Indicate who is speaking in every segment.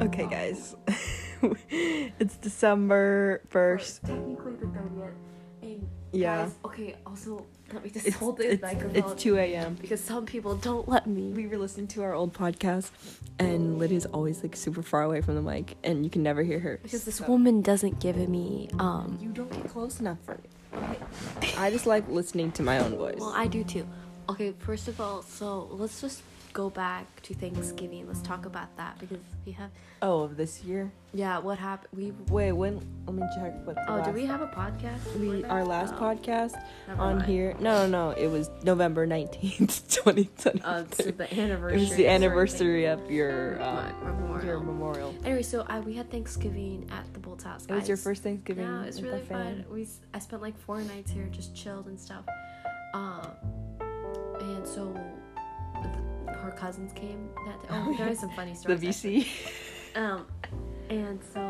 Speaker 1: Okay, guys. it's December 1st.
Speaker 2: Technically the 30th. And
Speaker 1: Yeah.
Speaker 2: guys, okay, also, let me just
Speaker 1: It's,
Speaker 2: hold this
Speaker 1: it's,
Speaker 2: back about
Speaker 1: it's 2 a.m.
Speaker 2: because some people don't let me.
Speaker 1: We were listening to our old podcast, and Lydia's always like super far away from the mic, and you can never hear her.
Speaker 2: Because this
Speaker 1: So-
Speaker 2: woman doesn't give me, um,
Speaker 1: You don't get close enough for me. I just like listening to my own voice.
Speaker 2: Well, I do too. Okay, first of all, so let's just go back to Thanksgiving. Let's talk about that because we have
Speaker 1: oh, of this year?
Speaker 2: yeah, what happened? We
Speaker 1: Wait, when? Let me check what the
Speaker 2: oh, do
Speaker 1: last-
Speaker 2: we have a podcast?
Speaker 1: we our last
Speaker 2: Oh.
Speaker 1: podcast
Speaker 2: Never
Speaker 1: on
Speaker 2: mind. Oh,
Speaker 1: here? No, no, no. It was November 19th, 2020.
Speaker 2: Uh, so the
Speaker 1: It
Speaker 2: anniversary.
Speaker 1: was the
Speaker 2: or
Speaker 1: anniversary of your
Speaker 2: something.
Speaker 1: uh,
Speaker 2: My memorial.
Speaker 1: your memorial.
Speaker 2: Anyway, so I we had Thanksgiving at the Bolt's house.
Speaker 1: It was your
Speaker 2: guys.
Speaker 1: first Thanksgiving
Speaker 2: Yeah, it's
Speaker 1: with
Speaker 2: really
Speaker 1: our family.
Speaker 2: fun. We s- I spent like four nights here, just chilled and stuff. Um, and so th- her cousins came that day. Oh, there is some funny
Speaker 1: The
Speaker 2: stories. actually.
Speaker 1: VC.
Speaker 2: Um, and so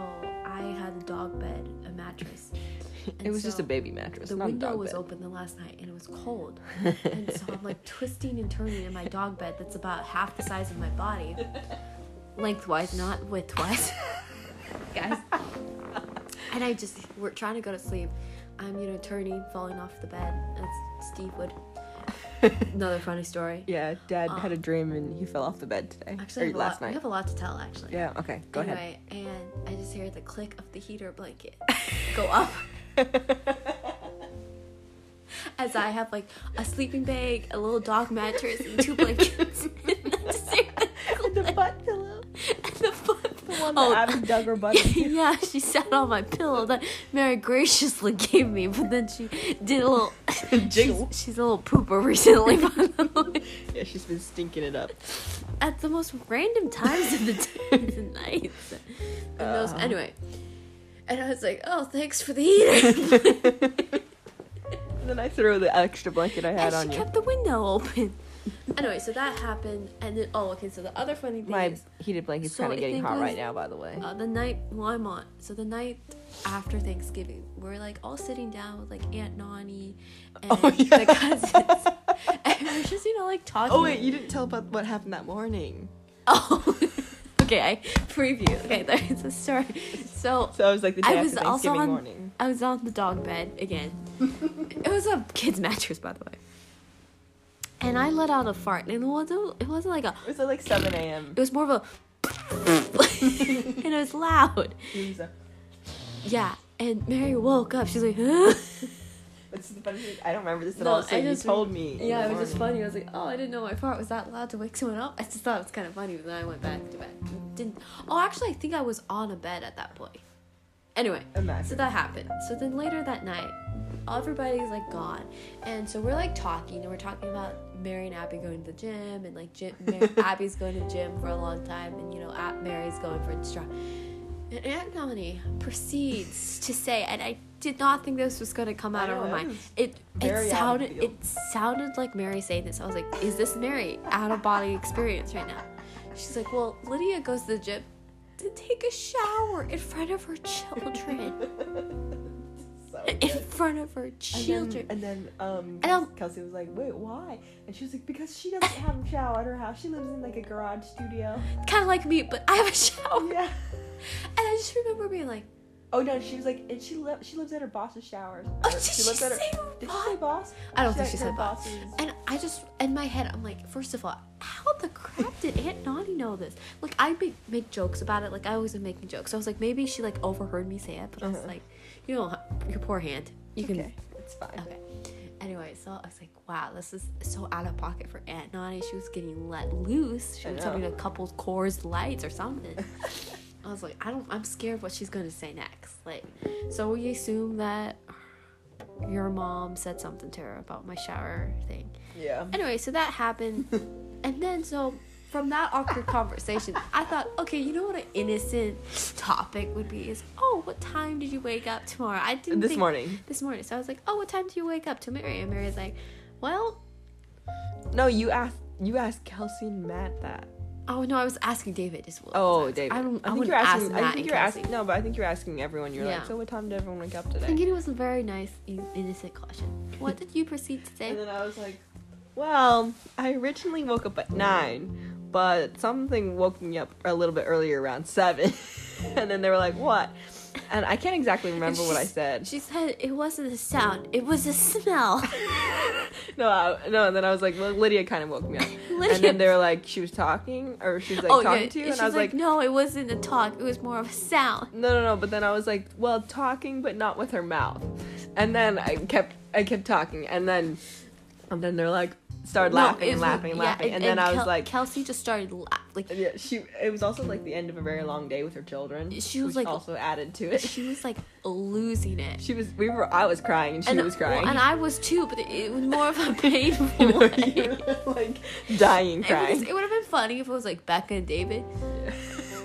Speaker 2: I had a dog bed, a mattress.
Speaker 1: it was just a
Speaker 2: so
Speaker 1: baby mattress.
Speaker 2: The
Speaker 1: not a
Speaker 2: window
Speaker 1: dog
Speaker 2: was
Speaker 1: bed.
Speaker 2: open the last night and it was cold. and so I'm like twisting and turning in my dog bed that's about half the size of my body. Lengthwise, not widthwise. Guys. And I just we're trying to go to sleep. I'm, you know, turning, falling off the bed. That's Steve Wood. Another funny story.
Speaker 1: Yeah, Dad had a dream and he fell off the bed today.
Speaker 2: Actually, I
Speaker 1: or
Speaker 2: have a
Speaker 1: last
Speaker 2: lot, we
Speaker 1: night.
Speaker 2: have a lot to tell actually.
Speaker 1: Yeah. Okay. Go ahead.
Speaker 2: anyway, and I just hear the click of the heater blanket go up as I have like a sleeping bag, a little dog mattress, and two blankets. and I just hear the
Speaker 1: And the
Speaker 2: click
Speaker 1: butt pillow.
Speaker 2: and the foot. The
Speaker 1: one that Abby dug her butt into.
Speaker 2: yeah, she sat on my pillow that Mary graciously gave me, but then she did a little
Speaker 1: Jiggle.
Speaker 2: She's, she's a little pooper recently, by the way.
Speaker 1: Yeah, she's been stinking it up.
Speaker 2: at the most random times of the days and nights. And those,
Speaker 1: Uh.
Speaker 2: anyway. And I was like, oh, thanks for the heater.
Speaker 1: then I threw the extra blanket I
Speaker 2: and
Speaker 1: had
Speaker 2: she
Speaker 1: on you.
Speaker 2: kept the window open. Anyway, so that happened. And then, oh, okay, so the other funny thing
Speaker 1: My
Speaker 2: is
Speaker 1: heated blanket's
Speaker 2: So
Speaker 1: kind
Speaker 2: I
Speaker 1: of getting
Speaker 2: think
Speaker 1: hot
Speaker 2: was-
Speaker 1: right now, by the way.
Speaker 2: uh, the night Lymont, so the night after Thanksgiving, we're like all sitting down with like Aunt Nani and
Speaker 1: Oh, yeah.
Speaker 2: the cousins. and we're just, you know, like talking.
Speaker 1: oh wait, you didn't tell about what happened that morning.
Speaker 2: Oh. okay, I preview. Okay, there's a story. So
Speaker 1: So I was like the day
Speaker 2: I was
Speaker 1: after
Speaker 2: also
Speaker 1: Thanksgiving
Speaker 2: on.
Speaker 1: morning.
Speaker 2: I was on the dog bed again. it was a kid's mattress, by the way. And I let out a fart, and it wasn't. It wasn't like a.
Speaker 1: It was at like 7 a.m.
Speaker 2: It was more of a. and it was loud.
Speaker 1: It was a-
Speaker 2: Yeah. And Mary woke up. She's like, huh?
Speaker 1: That's the funny thing. I don't remember this at
Speaker 2: No,
Speaker 1: all. So
Speaker 2: I
Speaker 1: you
Speaker 2: just-
Speaker 1: told me. in
Speaker 2: Yeah,
Speaker 1: the
Speaker 2: it was just
Speaker 1: morning.
Speaker 2: funny. I was like, oh, I didn't know my fart was that loud to wake someone up. I just thought it was kind of funny, but then I went back to bed. Didn't. Oh, actually, I think I was on a bed at that point. Anyway,
Speaker 1: Imagine.
Speaker 2: so that happened. So then later that night, everybody's like gone, and so we're like talking, and we're talking about Mary and Abby going to the gym, and like Jim, Mary, Abby's going to the gym for a long time, and you know, Aunt Mary's going for a strong. And Aunt Melanie proceeds to say, and I did not think this was going to come
Speaker 1: I
Speaker 2: out of
Speaker 1: know,
Speaker 2: her
Speaker 1: that
Speaker 2: mind.
Speaker 1: was
Speaker 2: It
Speaker 1: very
Speaker 2: it
Speaker 1: out of
Speaker 2: sounded
Speaker 1: field.
Speaker 2: it sounded like Mary saying this. I was like, is this Mary out of body experience right now? She's like, well, Lydia goes to the gym to take a shower in front of her children,
Speaker 1: So
Speaker 2: in
Speaker 1: good.
Speaker 2: front of her
Speaker 1: And
Speaker 2: children.
Speaker 1: then- And then, um,
Speaker 2: And I'm-
Speaker 1: Kelsey was like, "Wait, why?" And she was like, "Because she doesn't have a shower at her house. She lives in like a garage studio."
Speaker 2: kind of like me, but I have a shower.
Speaker 1: Yeah.
Speaker 2: And I just remember being like,
Speaker 1: Oh no, she was like, and she li- she lives at her boss's showers.
Speaker 2: Oh,
Speaker 1: Or
Speaker 2: did she
Speaker 1: lives
Speaker 2: say
Speaker 1: Did she
Speaker 2: boss?
Speaker 1: say boss?
Speaker 2: I don't think
Speaker 1: like,
Speaker 2: she
Speaker 1: her
Speaker 2: said boss.
Speaker 1: boss's-
Speaker 2: And I just in my head, I'm like, first of all, how the crap did Aunt Nani know this? Like, I make make jokes about it. Like, I always am making jokes. So I was like, maybe she like overheard me say it, but I was
Speaker 1: Uh-huh.
Speaker 2: like, you know, your poor hand. You can.
Speaker 1: Okay, it's fine.
Speaker 2: Okay. Anyway, so I was like, wow, this is so out of pocket for Aunt Nani. She was getting let loose. She
Speaker 1: I
Speaker 2: was
Speaker 1: know.
Speaker 2: having a couple Coors Lights or something. I was like, I don't. I'm scared what she's gonna say next. Like, so we assume that your mom said something to her about my shower thing.
Speaker 1: Yeah.
Speaker 2: Anyway, so that happened, and then so from that awkward conversation, I thought, okay, you know what an innocent topic would be is, oh, what time did you wake up tomorrow? I didn't
Speaker 1: This
Speaker 2: think-
Speaker 1: morning.
Speaker 2: This morning. So I was like, oh, what time do you wake up to Mary? And Mary's like, well,
Speaker 1: No, you asked you asked Kelsey and Matt that.
Speaker 2: oh no, I was asking David as well.
Speaker 1: Oh,
Speaker 2: I
Speaker 1: David.
Speaker 2: don't- I
Speaker 1: think
Speaker 2: wouldn't
Speaker 1: you're
Speaker 2: ask
Speaker 1: asking. I
Speaker 2: Matt
Speaker 1: think
Speaker 2: and
Speaker 1: you're
Speaker 2: Kelsey.
Speaker 1: asking. No, but I think you're asking everyone. You're
Speaker 2: Yeah.
Speaker 1: like, so what time did everyone wake up
Speaker 2: I
Speaker 1: today?
Speaker 2: think it was a very nice, in- innocent question. What did you proceed to say?
Speaker 1: And then I was like, well, I originally woke up at nine, but something woke me up a little bit earlier, around seven, and then they were like, "What?" And I can't exactly remember what I
Speaker 2: She's-
Speaker 1: said.
Speaker 2: She said it wasn't a sound, it was a smell.
Speaker 1: No, I, no. And then I was like, well, Lydia kind of woke me up.
Speaker 2: Lydia- Oh,
Speaker 1: And then they were like, she was talking, or she was like talking to you, and
Speaker 2: She's
Speaker 1: I was like,
Speaker 2: no, it wasn't a talk, it was more of a sound.
Speaker 1: no, no, no. But then I was like, well, talking, but not with her mouth. And then I kept, I kept talking, and then, and then they're like, started laughing
Speaker 2: it
Speaker 1: and
Speaker 2: was-
Speaker 1: laughing and
Speaker 2: yeah,
Speaker 1: laughing, and, then I was
Speaker 2: Kel-
Speaker 1: like.
Speaker 2: Kelsey just started laughing. Like,
Speaker 1: yeah, she. It was also like the end of a very long day with her children.
Speaker 2: She was,
Speaker 1: which
Speaker 2: like-
Speaker 1: also added to it.
Speaker 2: she was like losing it.
Speaker 1: She was. We were. I was crying, and she was crying.
Speaker 2: well, and I was too, but it was more of a
Speaker 1: you
Speaker 2: painful.
Speaker 1: know,
Speaker 2: way.
Speaker 1: you were, like dying
Speaker 2: It, was-
Speaker 1: crying,
Speaker 2: it would have been funny if it was like Becca and David.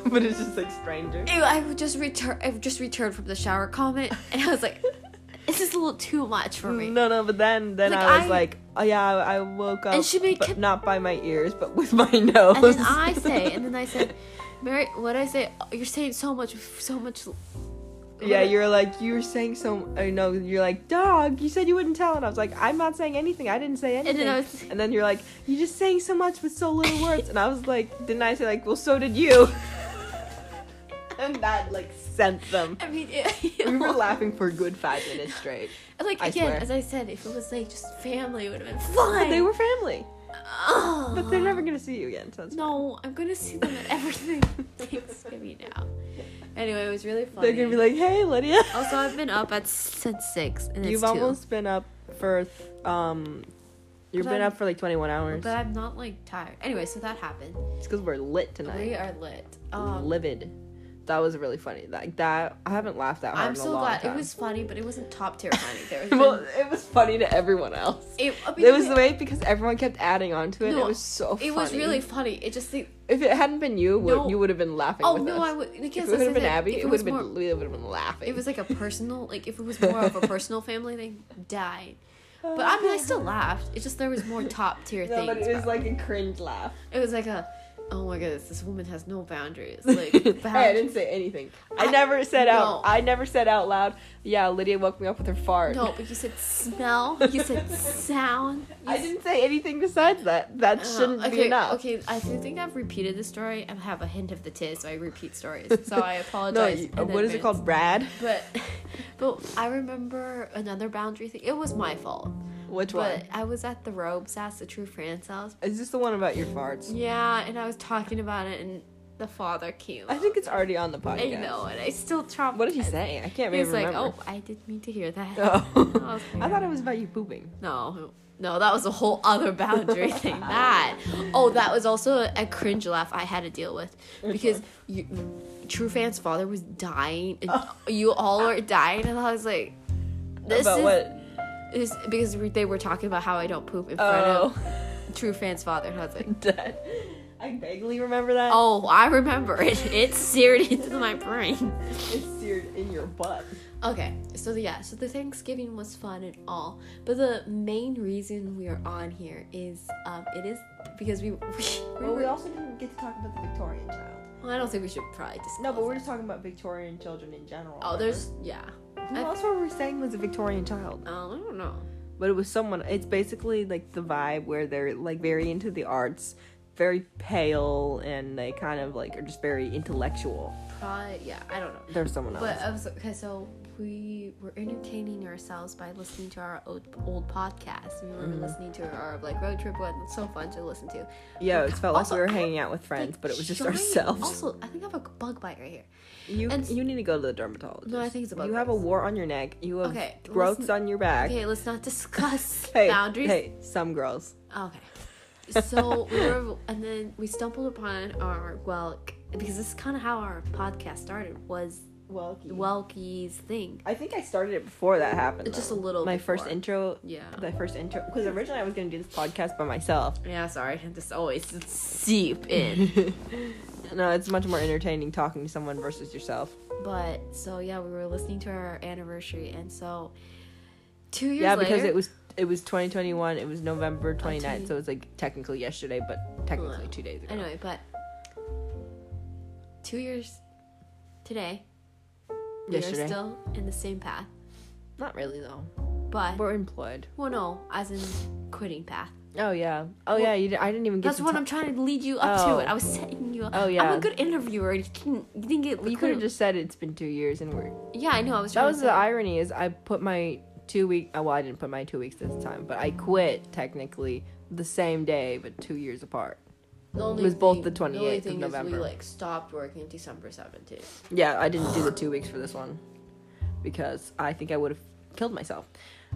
Speaker 1: but it's just like stranger.
Speaker 2: Ew, I would just return. I just returned from the shower comment, and I was like, "This is a little too much for me."
Speaker 1: No, no, but then then
Speaker 2: Like,
Speaker 1: I was
Speaker 2: I-
Speaker 1: like, oh yeah, I, I woke up,
Speaker 2: And she made
Speaker 1: but
Speaker 2: com-
Speaker 1: not by my ears, but with my nose.
Speaker 2: And then I say, and then I said, "Mary, what I say? oh, You're saying so much, with so much."
Speaker 1: yeah, you're like you were saying so. I know you're like, dog. You said you wouldn't tell, and I was like, I'm not saying anything. I didn't say anything.
Speaker 2: then I was-
Speaker 1: And then you're like, you're just saying so much with so little words, and I was like, didn't I say like, well, so did you? and that like sent them.
Speaker 2: I mean, it,
Speaker 1: We were laughing for a good five minutes straight.
Speaker 2: Like
Speaker 1: I
Speaker 2: again,
Speaker 1: swear.
Speaker 2: as I said, if it was like just family, it would have been fun.
Speaker 1: But they were family,
Speaker 2: Oh.
Speaker 1: but they're never gonna see you again. So it's
Speaker 2: No, I'm gonna see them at everything Thanksgiving now. Anyway, it was really funny.
Speaker 1: They're gonna be like, hey, Lydia.
Speaker 2: also, I've been up at since six, and
Speaker 1: You've
Speaker 2: it's two.
Speaker 1: almost been up for th- um you've
Speaker 2: But
Speaker 1: been
Speaker 2: I'm-
Speaker 1: up for like 21 hours.
Speaker 2: But I'm not like tired. Anyway, so that happened.
Speaker 1: It's cuz we're lit
Speaker 2: We
Speaker 1: tonight.
Speaker 2: are lit. Um,
Speaker 1: Livid. That was really funny. Like that I haven't laughed that hard
Speaker 2: I'm
Speaker 1: in a
Speaker 2: so
Speaker 1: long
Speaker 2: glad
Speaker 1: time.
Speaker 2: it was funny, but it wasn't top tier funny. There was
Speaker 1: well,
Speaker 2: been-
Speaker 1: it was funny to everyone else.
Speaker 2: it, I mean,
Speaker 1: It was the way because everyone kept adding on to it.
Speaker 2: No,
Speaker 1: it was so funny.
Speaker 2: It was really funny. It just the
Speaker 1: If it hadn't been you, would,
Speaker 2: No.
Speaker 1: you would have been laughing
Speaker 2: oh
Speaker 1: with
Speaker 2: no,
Speaker 1: us.
Speaker 2: I would
Speaker 1: if
Speaker 2: because
Speaker 1: it would have been Abby,
Speaker 2: if
Speaker 1: it would have
Speaker 2: more,
Speaker 1: been Leah would have been laughing.
Speaker 2: It was like a personal, like if it was more of a personal family thing, died. But I mean, I still laughed. It's just there was more top tier
Speaker 1: No,
Speaker 2: things.
Speaker 1: but it was
Speaker 2: bro.
Speaker 1: like a cringe laugh.
Speaker 2: It was like a, oh my goodness, this woman has no boundaries. Like,
Speaker 1: hey, I didn't say anything. I,
Speaker 2: I-
Speaker 1: never said
Speaker 2: No.
Speaker 1: out. I never said out loud. Yeah, Lydia woke me up with her fart.
Speaker 2: no, but you said smell. You said sound. You
Speaker 1: I didn't say anything besides that. That
Speaker 2: Uh,
Speaker 1: shouldn't
Speaker 2: okay,
Speaker 1: be enough.
Speaker 2: Okay, I do think I've repeated the story and have a hint of the tis, so I repeat stories. So I
Speaker 1: No,
Speaker 2: apologize.
Speaker 1: you,
Speaker 2: in
Speaker 1: what is it
Speaker 2: advance.
Speaker 1: called, Brad?
Speaker 2: But, but I remember another boundary thing. It was my fault.
Speaker 1: Which
Speaker 2: But
Speaker 1: one?
Speaker 2: I was at the Robes house, the True Friends house.
Speaker 1: Is this the one about your farts?
Speaker 2: Yeah, and I was talking about it, and the father came.
Speaker 1: I think it's already on the
Speaker 2: I
Speaker 1: podcast.
Speaker 2: know, and I still trauma.
Speaker 1: What did he say? I can't
Speaker 2: He was
Speaker 1: even
Speaker 2: like,
Speaker 1: remember.
Speaker 2: "Oh, I didn't mean to hear that." I
Speaker 1: Oh.
Speaker 2: was
Speaker 1: I
Speaker 2: like,
Speaker 1: thought it was about you pooping.
Speaker 2: No, no, that was a whole other boundary thing. That, oh, that was also a cringe laugh I had to deal with because you, True Fan's father was dying. and You all are dying, and I was like, "This
Speaker 1: about
Speaker 2: is
Speaker 1: what?
Speaker 2: this because we, they were talking about how I don't poop in front
Speaker 1: Oh,
Speaker 2: of True Fan's father." And I was like,
Speaker 1: Dad. I vaguely remember that.
Speaker 2: "Oh, I remember it. It's seared into my brain."
Speaker 1: It's seared in your butt.
Speaker 2: Okay, so the, yeah, so the Thanksgiving was fun and all, but the main reason we are on here is um, it is because we. we, we
Speaker 1: Well, we
Speaker 2: were-
Speaker 1: also didn't get to talk about the Victorian child.
Speaker 2: Well, I don't think we should probably discuss.
Speaker 1: No, but we're just talking about Victorian children in general.
Speaker 2: Oh, there's yeah.
Speaker 1: Who else were we saying was a Victorian child?
Speaker 2: Um, I don't know.
Speaker 1: But it was someone. It's basically like the vibe where they're like very into the arts, very pale, and they kind of like are just very intellectual.
Speaker 2: Probably yeah. I don't know.
Speaker 1: There's someone else.
Speaker 2: But I was okay. So we were entertaining ourselves by listening to our old, old podcast. We were
Speaker 1: Mm-hmm.
Speaker 2: listening to our like road trip one. It's so fun to listen to.
Speaker 1: yeah, it felt like
Speaker 2: Also,
Speaker 1: we were
Speaker 2: I-
Speaker 1: hanging out with friends,
Speaker 2: Like,
Speaker 1: but it was just
Speaker 2: giant-
Speaker 1: ourselves.
Speaker 2: Also, I think I have a bug bite right here.
Speaker 1: you
Speaker 2: and-
Speaker 1: you need to go to the dermatologist.
Speaker 2: No, I think it's about
Speaker 1: you have a
Speaker 2: this.
Speaker 1: war on your neck. You have
Speaker 2: Okay,
Speaker 1: growths
Speaker 2: listen-
Speaker 1: on your back.
Speaker 2: Okay, let's not discuss
Speaker 1: hey,
Speaker 2: boundaries.
Speaker 1: hey, some girls.
Speaker 2: Okay. So we were, and then we stumbled upon our well, because this is kind of how our podcast started was
Speaker 1: Well,
Speaker 2: Welky's thing.
Speaker 1: I think I started it before that happened.
Speaker 2: Just a
Speaker 1: though.
Speaker 2: little.
Speaker 1: My first
Speaker 2: before.
Speaker 1: intro
Speaker 2: Yeah.
Speaker 1: the first intro because originally I was gonna do this podcast by myself.
Speaker 2: Yeah, sorry. This always seep in.
Speaker 1: No, it's much more entertaining talking to someone versus yourself.
Speaker 2: but so yeah, we were listening to our anniversary, and so two years
Speaker 1: yeah,
Speaker 2: later. Oh,
Speaker 1: because it was it was 2021. It was November 29th,
Speaker 2: two-
Speaker 1: so it was like technically yesterday, but technically
Speaker 2: Well,
Speaker 1: two days ago.
Speaker 2: Anyway, but two years today, we
Speaker 1: Yesterday.
Speaker 2: are still in the same path.
Speaker 1: Not really though.
Speaker 2: But
Speaker 1: We're employed.
Speaker 2: well, no, as in quitting path.
Speaker 1: Oh yeah. Oh yeah. You di- I didn't even get.
Speaker 2: That's
Speaker 1: to
Speaker 2: what
Speaker 1: ta-
Speaker 2: I'm trying to lead you up
Speaker 1: Oh.
Speaker 2: to. It. I was setting you up.
Speaker 1: Oh,
Speaker 2: I'm
Speaker 1: yeah.
Speaker 2: a good interviewer. You can you didn't get.
Speaker 1: You could have just said it's been two years and we're.
Speaker 2: Yeah, I know. I was.
Speaker 1: That
Speaker 2: trying
Speaker 1: was
Speaker 2: to
Speaker 1: the
Speaker 2: say-
Speaker 1: irony is I put my two week. oh, Well, I didn't put my two weeks this time, but I quit technically the same day, but two years apart.
Speaker 3: The only
Speaker 1: was both the
Speaker 3: thing-
Speaker 1: 28th of
Speaker 3: thing is we
Speaker 1: November.
Speaker 3: like stopped working December seventeenth.
Speaker 1: Yeah, I didn't do the two weeks for this one because I think I would have killed myself.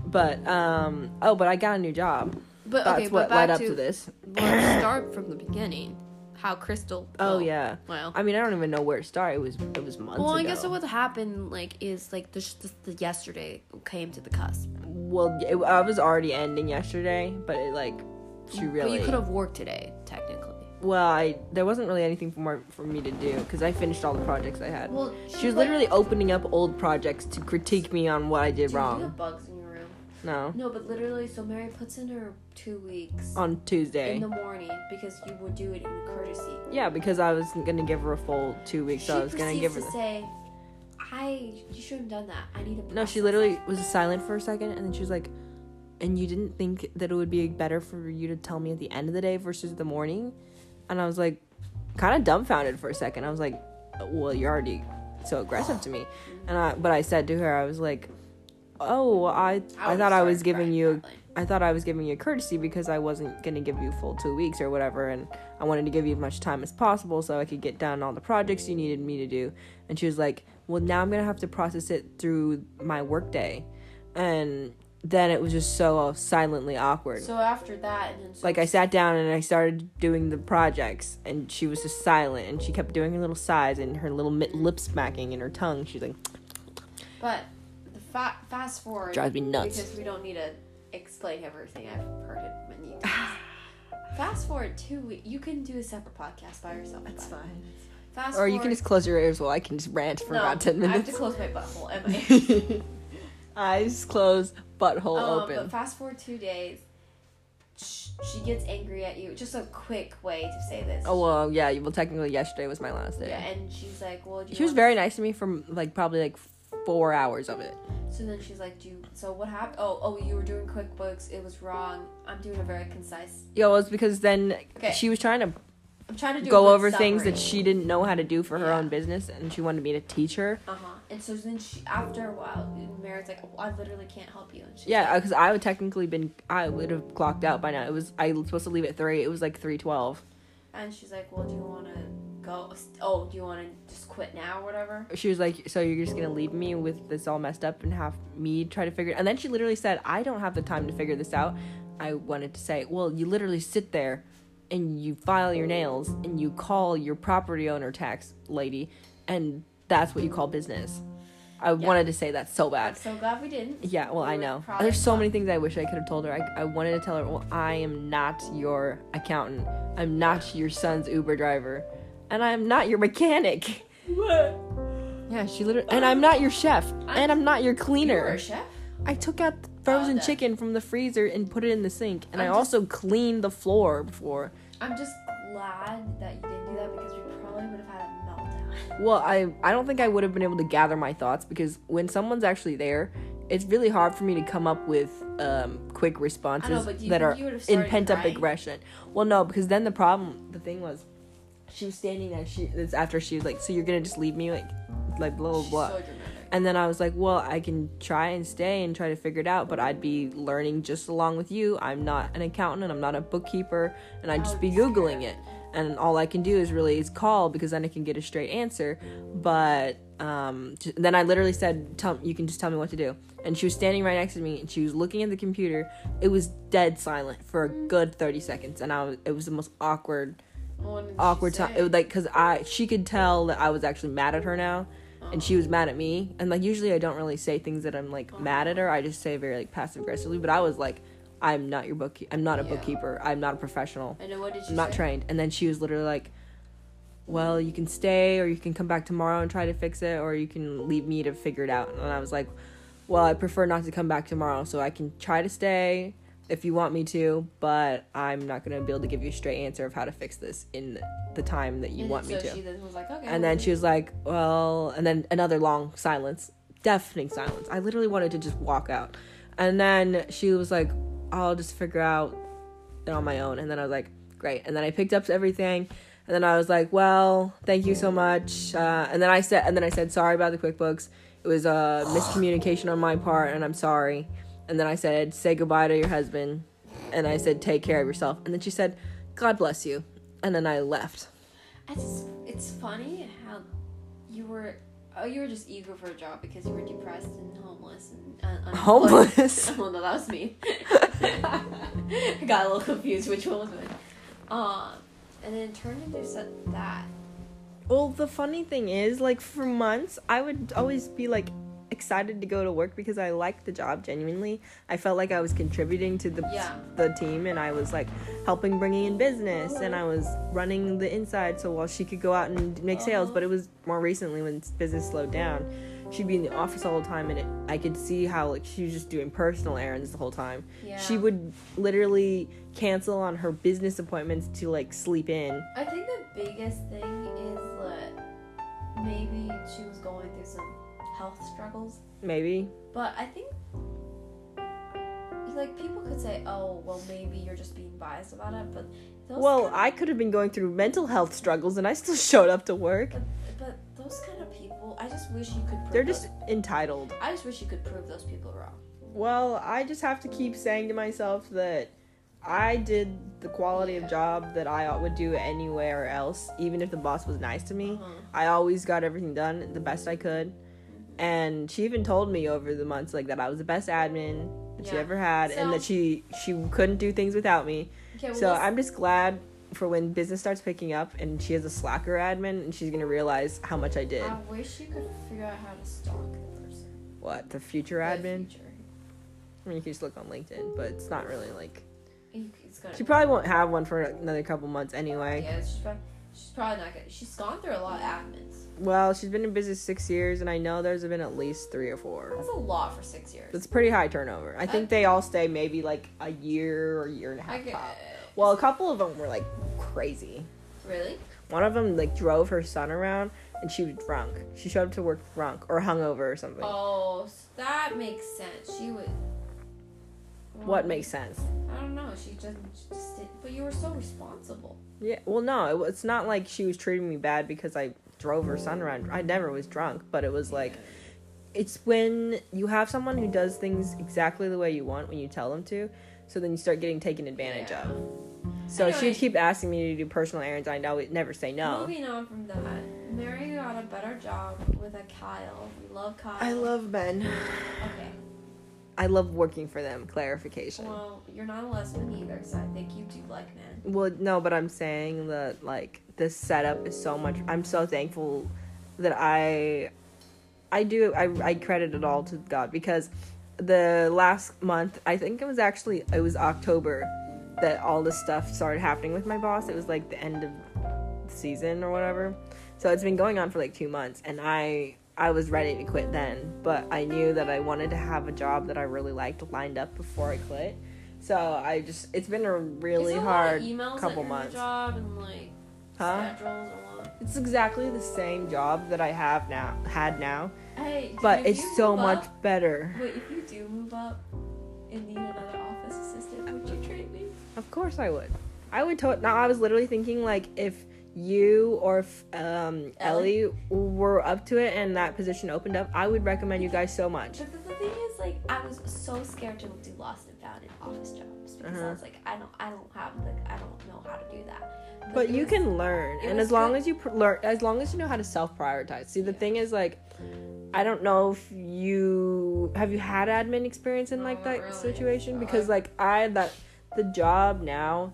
Speaker 1: But um oh, but I got a new job.
Speaker 2: But
Speaker 1: That's
Speaker 2: okay, but
Speaker 1: what
Speaker 2: back
Speaker 1: led up
Speaker 2: to,
Speaker 1: to, this.
Speaker 2: Well, start from the beginning. How Crystal.
Speaker 1: Oh
Speaker 2: well,
Speaker 1: yeah.
Speaker 2: Well.
Speaker 1: I mean, I don't even know where it started. It was it was months
Speaker 2: well,
Speaker 1: ago.
Speaker 2: I guess what happened like is like this, this the yesterday came to the cusp.
Speaker 1: Well, it, I was already ending yesterday, but it like she really.
Speaker 2: But you could have worked today, technically.
Speaker 1: Well, I there wasn't really anything for more for me to do because I finished all the projects I had.
Speaker 3: Well,
Speaker 1: she was literally opening up old projects to critique me on what I did wrong.
Speaker 3: bugs in your room?
Speaker 1: No,
Speaker 3: No, but literally, so Mary puts in her two weeks
Speaker 1: on Tuesday.
Speaker 3: in the morning because you would do it in courtesy.
Speaker 1: yeah, because I was gonna give her a full two weeks, so I was gonna
Speaker 3: proceeds
Speaker 1: give her.
Speaker 3: to
Speaker 1: The-
Speaker 3: say, "I, you shouldn't have done that. I need to."
Speaker 1: no, she literally was silent for a second, and then she was like, "And you didn't think that it would be better for you to tell me at the end of the day versus the morning?" And I was like, kind of dumbfounded for a second. I was like, "Well, you're already so aggressive to me," and I but I said to her, I was like. Oh, I I, thought I was giving you I thought I was giving you courtesy because I wasn't going to give you full two weeks or whatever, and I wanted to give you as much time as possible so I could get down all the projects you needed me to do. And she was like, Well, now I'm going to have to process it through my workday. And then it was just so silently awkward.
Speaker 3: So after that, and then so
Speaker 1: like, I sat down and I started doing the projects, and she was just silent, and she kept doing her little sighs and her little mi- lip smacking and her tongue. She's like,
Speaker 3: But the fa- fast forward
Speaker 1: Drives me nuts.
Speaker 3: because we don't need to explain everything. I've heard it many times. fast forward two weeks. You can do a separate podcast by yourself. That's fine. Fast
Speaker 1: Or
Speaker 3: forward,
Speaker 1: you can just close your ears while I can just rant for
Speaker 3: no,
Speaker 1: about 10
Speaker 3: I have to
Speaker 1: minutes.
Speaker 3: close my butthole. Am I?
Speaker 1: Eyes closed, butthole
Speaker 3: um,
Speaker 1: open.
Speaker 3: But fast forward two days. sh- She gets angry at you. Just a quick way to say this.
Speaker 1: Oh well, yeah. Well, technically, yesterday was my last day.
Speaker 3: Yeah, and she's like, "Well, do you
Speaker 1: she was
Speaker 3: wanna-
Speaker 1: very nice to me for like probably like four hours of it.
Speaker 3: So then she's like, "Do you, so what happened? Oh, oh, you were doing QuickBooks. It was wrong. I'm doing a very concise.
Speaker 1: Yeah, well, it's because then
Speaker 3: Okay.
Speaker 1: she was trying to
Speaker 3: I'm trying to do
Speaker 1: go over things that she didn't know how to do for her
Speaker 3: Yeah.
Speaker 1: own business, and she wanted me to teach her.
Speaker 3: Uh huh. And so then she, after a while, Mary's like, oh, "I literally can't help you." And she's
Speaker 1: Yeah, because I would technically been I would have clocked out by now. It was I was supposed to leave at three. It was like three twelve.
Speaker 3: and she's like, "Well, do you want to go? Oh, do you want to just quit now or whatever?"
Speaker 1: She was like, "So you're just gonna leave me with this all messed up and have me try to figure?" it And then she literally said, "I don't have the time to figure this out." I wanted to say, "Well, you literally sit there and you file your nails and you call your property owner tax lady, and that's what you call business." I wanted to say that so
Speaker 3: I'm
Speaker 1: bad.
Speaker 3: so glad we didn't.
Speaker 1: Yeah, well, I
Speaker 3: we were
Speaker 1: know.
Speaker 3: probably
Speaker 1: There's so
Speaker 3: not-
Speaker 1: many things I wish I could have told her. I, I wanted to tell her, well, I am not your accountant. I'm not your son's Uber driver. And I'm not your mechanic.
Speaker 3: What?
Speaker 1: Yeah, she literally. And I'm not your chef. and I'm not your
Speaker 3: You
Speaker 1: cleaner.
Speaker 3: were a chef.
Speaker 1: I took out the frozen
Speaker 3: that-
Speaker 1: chicken from the freezer and put it in the sink. And i
Speaker 3: I'm just-
Speaker 1: also cleaned the floor before.
Speaker 3: I'm just glad that you didn't do that because we probably would have had a meltdown.
Speaker 1: Well, I I don't think I would have been able to gather my thoughts because when someone's actually there, it's really hard for me to come up with um, quick responses
Speaker 3: but do you
Speaker 1: that
Speaker 3: think
Speaker 1: are
Speaker 3: you would have
Speaker 1: in
Speaker 3: started
Speaker 1: pent up
Speaker 3: crying?
Speaker 1: aggression. Well, no, because then the problem, the thing was, she was standing there. She it's after she was like, so you're gonna just leave me like, like blah blah
Speaker 3: She's
Speaker 1: blah.
Speaker 3: so dramatic.
Speaker 1: And then I was like, well, I can try and stay and try to figure it out, but I'd be learning just along with you. I'm not an accountant, I'm not a bookkeeper, and I'd
Speaker 3: I
Speaker 1: just
Speaker 3: would
Speaker 1: be
Speaker 3: be
Speaker 1: Googling it. And all I can do is really is call because then I can get a straight answer. But um, j- then I literally said, tell, you can just tell me what to do. And she was standing right next to me and she was looking at the computer. It was dead silent for a good 30 seconds. And I was, it was the most awkward
Speaker 3: What did she
Speaker 1: awkward time.
Speaker 3: say?
Speaker 1: It was like because I she could tell that I was actually mad at her now, and she was mad at me. And like usually I don't really say things that I'm like mad at her. I just say very like passive aggressively. But I was like, I'm not your book. I'm not a
Speaker 3: Yeah.
Speaker 1: bookkeeper. I'm not a professional.
Speaker 3: And then what did she
Speaker 1: I'm not
Speaker 3: say?
Speaker 1: trained. And then she was literally like, Well, you can stay, or you can come back tomorrow and try to fix it, or you can leave me to figure it out. And I was like, Well, I prefer not to come back tomorrow, so I can try to stay if you want me to, but I'm not going to be able to give you a straight answer of how to fix this in the time that you
Speaker 3: And
Speaker 1: want me
Speaker 3: so
Speaker 1: to.
Speaker 3: She then was like, okay.
Speaker 1: and then she was like, Well, and then another long silence, deafening silence. I literally wanted to just walk out. And then she was like, I'll just figure out it on my own. And then I was like, great. And then I picked up everything. And then I was like, well, thank you so much. Uh, and then I said, and then I said, sorry about the QuickBooks. It was a miscommunication on my part, and I'm sorry. And then I said, say goodbye to your husband. And I said, take care of yourself. And then she said, God bless you. And then I left.
Speaker 2: I just, it's funny how you were. Oh, you were just eager for a job because you were depressed and homeless and uh, unemployed.
Speaker 1: Homeless?
Speaker 2: well, no, that was me. I got a little confused which one was which. Um, and then it turned into su- that.
Speaker 1: Well, the funny thing is, like for months, I would always be like excited to go to work because I liked the job genuinely. I felt like I was contributing to the
Speaker 2: Yeah.
Speaker 1: the team, and I was like helping bringing in business, and I was running the inside. So while she could go out and make sales, but it was more recently when business slowed down, she'd be in the office all the time, and it, I could see how like she was just doing personal errands the whole time.
Speaker 2: Yeah.
Speaker 1: She would literally cancel on her business appointments to like sleep in.
Speaker 2: I think the biggest thing is that maybe she was going through some health struggles,
Speaker 1: Maybe
Speaker 2: but I think like people could say, "Oh, well, maybe you're just being biased about it," but those
Speaker 1: Well,
Speaker 2: kind of-
Speaker 1: I could have been going through mental health struggles and I still showed up to work.
Speaker 2: but, but those kind of people, I just wish you could. Prove
Speaker 1: They're
Speaker 2: those-
Speaker 1: just entitled.
Speaker 2: I just wish you could prove those people wrong.
Speaker 1: Well, I just have to keep saying to myself that I did the quality of job that I would do anywhere else, even if the boss was nice to me.
Speaker 2: Uh-huh.
Speaker 1: I always got everything done the best I could. And she even told me over the months like that I was the best admin that she
Speaker 2: Yeah.
Speaker 1: ever had and
Speaker 2: So-
Speaker 1: that she she couldn't do things without me.
Speaker 2: Okay, well,
Speaker 1: So
Speaker 2: let's-
Speaker 1: I'm just glad for when business starts picking up and she has a slacker admin and she's gonna realize how much I did.
Speaker 2: I wish you could figure out how to stalk the person.
Speaker 1: What the future
Speaker 2: The
Speaker 1: admin?
Speaker 2: future.
Speaker 1: I mean, you can just look on LinkedIn, but it's not really like
Speaker 2: You- It's gonna.
Speaker 1: she probably won't have one for another couple months anyway.
Speaker 2: yeah, she's probably, she's probably not gonna. She's gone through a lot of admins.
Speaker 1: Well, she's been in business six years, and I know there's been at least three or four.
Speaker 2: That's a lot for six years.
Speaker 1: That's pretty high turnover. I think
Speaker 2: Uh,
Speaker 1: they all stay maybe like a year or year and a half.
Speaker 2: Okay.
Speaker 1: top. Well, a couple of them were like crazy.
Speaker 2: Really?
Speaker 1: One of them like drove her son around, and she was drunk. She showed up to work drunk or hungover or something.
Speaker 2: Oh, s- that makes sense. She would.
Speaker 1: What makes sense?
Speaker 2: I don't know. She just, she just did, but you were so responsible.
Speaker 1: Yeah. Well, no, it, wa- it's not like she was treating me bad because I drove her son around. I never was drunk, but it was like, it's when you have someone who does things exactly the way you want when you tell them to, so then you start getting taken advantage
Speaker 2: Yeah.
Speaker 1: of. So she
Speaker 2: Anyway.
Speaker 1: would keep asking me to do personal errands. I know it never say no.
Speaker 2: Moving on from that, Mary got a better job with a Kyle. We love Kyle.
Speaker 1: I love men.
Speaker 2: Okay.
Speaker 1: I love working for them. Clarification. Well,
Speaker 2: Well, you're not a lesbian either, so I think you do like men.
Speaker 1: no, but I'm saying that like this setup is so much. I'm so thankful that I I do. I, I credit it all to God because the last month, I think it was actually it was October that all this stuff started happening with my boss. It was like the end of the season or whatever. So it's been going on for like two months, and I I was ready to quit then, but I knew that I wanted to have a job that I really liked lined up before I quit. So I just it's been a really
Speaker 2: Is it a
Speaker 1: hard
Speaker 2: lot of emails at
Speaker 1: couple
Speaker 2: your new
Speaker 1: months.
Speaker 2: Job and like
Speaker 1: Huh?
Speaker 2: schedules and what?
Speaker 1: It's exactly the same job that I have now had now,
Speaker 2: Hey,
Speaker 1: but
Speaker 2: if
Speaker 1: it's
Speaker 2: you
Speaker 1: so
Speaker 2: move
Speaker 1: much
Speaker 2: Up,
Speaker 1: better.
Speaker 2: wait, if you do move up and need another office assistant, would you treat me?
Speaker 1: Of course I would. I would totally. Now I was literally thinking like if you or if, um,
Speaker 2: Ellie?
Speaker 1: Ellie were up to it and that position opened up, I would recommend you guys so much.
Speaker 2: But the, the thing is, like, I was so scared to do lost and found in office jobs because I
Speaker 1: Uh-huh.
Speaker 2: was like, I don't, I don't have, like, I don't know how to do that.
Speaker 1: But
Speaker 2: it
Speaker 1: you
Speaker 2: was-
Speaker 1: can learn,
Speaker 2: it
Speaker 1: and
Speaker 2: was
Speaker 1: as long
Speaker 2: good-
Speaker 1: as you pr- learn, as long as you know how to self prioritize. See, the
Speaker 2: Yeah.
Speaker 1: thing is like, I don't know if you have you had admin experience in
Speaker 2: No,
Speaker 1: like
Speaker 2: not
Speaker 1: that
Speaker 2: really.
Speaker 1: situation
Speaker 2: No,
Speaker 1: because like I that the job now,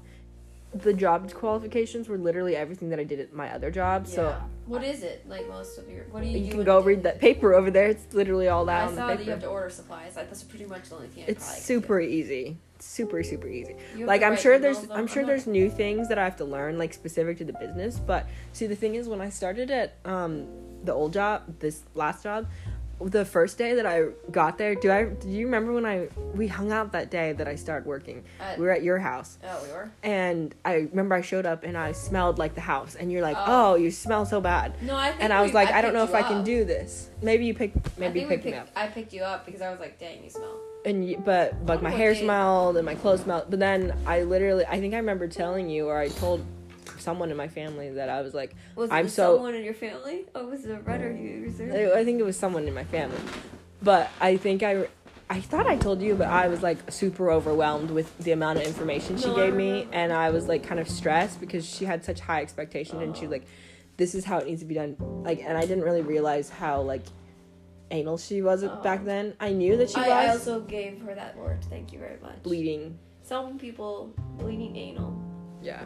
Speaker 1: the job qualifications were literally everything that I did at my other job. So
Speaker 2: Yeah. what is it like? Most of your, what do you?
Speaker 1: you
Speaker 2: do
Speaker 1: can
Speaker 2: in
Speaker 1: go
Speaker 2: the
Speaker 1: read
Speaker 2: daily-
Speaker 1: that paper over there. It's literally all that
Speaker 2: I
Speaker 1: on
Speaker 2: saw
Speaker 1: the
Speaker 2: that you have
Speaker 1: paper.
Speaker 2: to order supplies. Like, that's pretty much the only thing. I
Speaker 1: It's
Speaker 2: probably could
Speaker 1: super easy. It's super super easy.
Speaker 2: do. You have
Speaker 1: Like
Speaker 2: to
Speaker 1: I'm
Speaker 2: write
Speaker 1: sure there's
Speaker 2: emails, though.
Speaker 1: I'm sure
Speaker 2: not-
Speaker 1: there's new things that I have to learn like specific to the business, but see the thing is when I started at um the old job, this last job, the first day that I got there, do I do you remember when I we hung out that day that I started working?
Speaker 2: At-
Speaker 1: we were at your house.
Speaker 2: Oh, we were.
Speaker 1: And I remember I showed up and I smelled like the house and you're like,
Speaker 2: Oh.
Speaker 1: "Oh, you smell so bad."
Speaker 2: No, I. Think
Speaker 1: And I was
Speaker 2: we-
Speaker 1: like, "I, don't know
Speaker 2: picked you
Speaker 1: if I can
Speaker 2: up.
Speaker 1: do this." Maybe you picked
Speaker 2: I
Speaker 1: maybe you
Speaker 2: think we
Speaker 1: picked me up.
Speaker 2: I picked you up because I was like, dang, you smell.
Speaker 1: and y- but like my
Speaker 2: Oh,
Speaker 1: hair
Speaker 2: okay.
Speaker 1: smelled and my clothes smelled. But then I literally, I think I remember telling you or I told someone in my family that I was like,
Speaker 2: Was
Speaker 1: I'm
Speaker 2: it
Speaker 1: so-
Speaker 2: someone in your family? Or was it a rudder user?
Speaker 1: I I think it was someone in my family, but I think I. I thought I told you, but I was like super overwhelmed with the amount of information she
Speaker 2: No, I
Speaker 1: gave me,
Speaker 2: remember.
Speaker 1: and I was like kind of stressed because she had such high expectations, and she was like, "This is how it needs to be done." Like, and I didn't really realize how like anal she was
Speaker 2: Oh.
Speaker 1: back then. I knew that she
Speaker 2: I,
Speaker 1: was
Speaker 2: I also gave her that word. Thank you very much.
Speaker 1: bleeding.
Speaker 2: Some people bleeding anal.
Speaker 1: Yeah,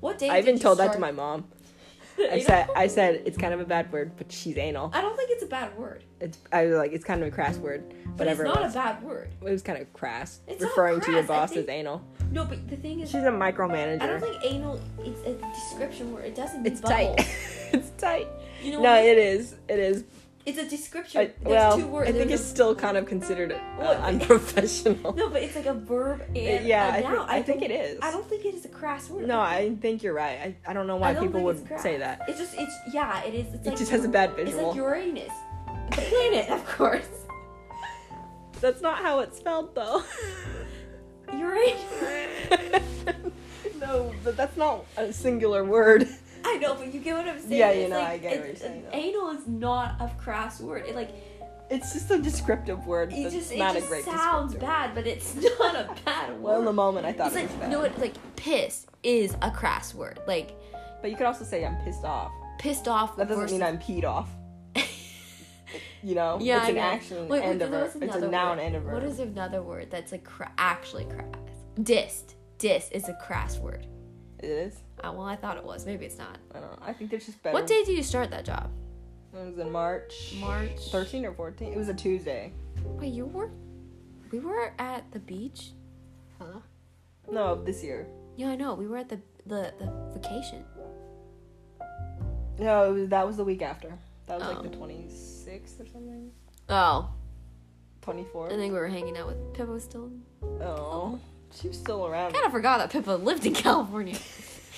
Speaker 2: What day?
Speaker 1: I even
Speaker 2: did you
Speaker 1: told that to
Speaker 2: start-
Speaker 1: my mom. I
Speaker 2: Anal?
Speaker 1: said, I said it's kind of a bad word, but she's anal.
Speaker 2: I don't think it's a bad word,
Speaker 1: It's I was like it's kind of a crass word,
Speaker 2: but
Speaker 1: whatever. it
Speaker 2: it's not
Speaker 1: was.
Speaker 2: a bad word.
Speaker 1: it was kind of crass
Speaker 2: It's not
Speaker 1: referring to your
Speaker 2: crass, I
Speaker 1: boss
Speaker 2: think-
Speaker 1: as anal
Speaker 2: No, but the thing is,
Speaker 1: she's a
Speaker 2: I don't
Speaker 1: micromanager
Speaker 2: think anal. It's a description word. It doesn't. mean
Speaker 1: it's
Speaker 2: bubble.
Speaker 1: tight it's tight
Speaker 2: You know.
Speaker 1: no
Speaker 2: what I mean?
Speaker 1: it is it is
Speaker 2: It's a description.
Speaker 1: I,
Speaker 2: There's
Speaker 1: well
Speaker 2: two words.
Speaker 1: i think
Speaker 2: There's
Speaker 1: it's still kind of considered uh,
Speaker 2: Well,
Speaker 1: unprofessional
Speaker 2: a, no, but it's like a verb and
Speaker 1: yeah
Speaker 2: a
Speaker 1: I,
Speaker 2: noun.
Speaker 1: think, I think
Speaker 2: don't-
Speaker 1: it is
Speaker 2: I don't think it is a crass word.
Speaker 1: no i think you're right i, I don't know why
Speaker 2: I don't
Speaker 1: people
Speaker 2: think
Speaker 1: would
Speaker 2: it's crass.
Speaker 1: say that
Speaker 2: It's just it's yeah. It is. It's
Speaker 1: it
Speaker 2: like
Speaker 1: just has a bad
Speaker 2: it's
Speaker 1: visual
Speaker 2: like Uranus, the planet, of course.
Speaker 1: that's not how it's spelled though
Speaker 2: Uranus.
Speaker 1: no but that's not a singular word
Speaker 2: I know, but you get what I'm saying.
Speaker 1: Yeah, you
Speaker 2: It's
Speaker 1: know,
Speaker 2: like,
Speaker 1: I get what
Speaker 2: it's-
Speaker 1: you're saying, though.
Speaker 2: Anal is not a crass word. It like
Speaker 1: it's just a descriptive word
Speaker 2: it
Speaker 1: that's
Speaker 2: just it
Speaker 1: not
Speaker 2: just
Speaker 1: a great
Speaker 2: sounds
Speaker 1: descriptor.
Speaker 2: bad, but it's not a bad word.
Speaker 1: well in the moment i thought
Speaker 2: it's
Speaker 1: it
Speaker 2: like
Speaker 1: was bad
Speaker 2: no, it like piss is a crass word. Like
Speaker 1: But you could also say I'm pissed off.
Speaker 2: pissed off.
Speaker 1: That doesn't mean
Speaker 2: versus-
Speaker 1: I'm peed off. You know?
Speaker 2: Yeah,
Speaker 1: It's
Speaker 2: I
Speaker 1: an
Speaker 2: know.
Speaker 1: action
Speaker 2: Wait, wait,
Speaker 1: and a
Speaker 2: there
Speaker 1: verb.
Speaker 2: was
Speaker 1: It's
Speaker 2: another
Speaker 1: a noun
Speaker 2: word.
Speaker 1: and a verb.
Speaker 2: What is another word that's like cra- actually crass? Dist. Dist is a crass word.
Speaker 1: it is?
Speaker 2: Uh, well, I thought it was. Maybe it's not.
Speaker 1: I don't know. I think there's just better.
Speaker 2: What day did you start that job?
Speaker 1: It was in March.
Speaker 2: March.
Speaker 1: 13 or 14. It was a Tuesday.
Speaker 2: Wait, you were? We were at the beach. Huh?
Speaker 1: No, of this year.
Speaker 2: Yeah, I know. We were at the the, the vacation.
Speaker 1: No, it was, that was the week after. That was
Speaker 2: Oh.
Speaker 1: like the 26th or something.
Speaker 2: Oh,
Speaker 1: 24th.
Speaker 2: I think we were hanging out with Pippa. Was still
Speaker 1: oh. She was still around.
Speaker 2: kind of forgot that Pippa lived in California.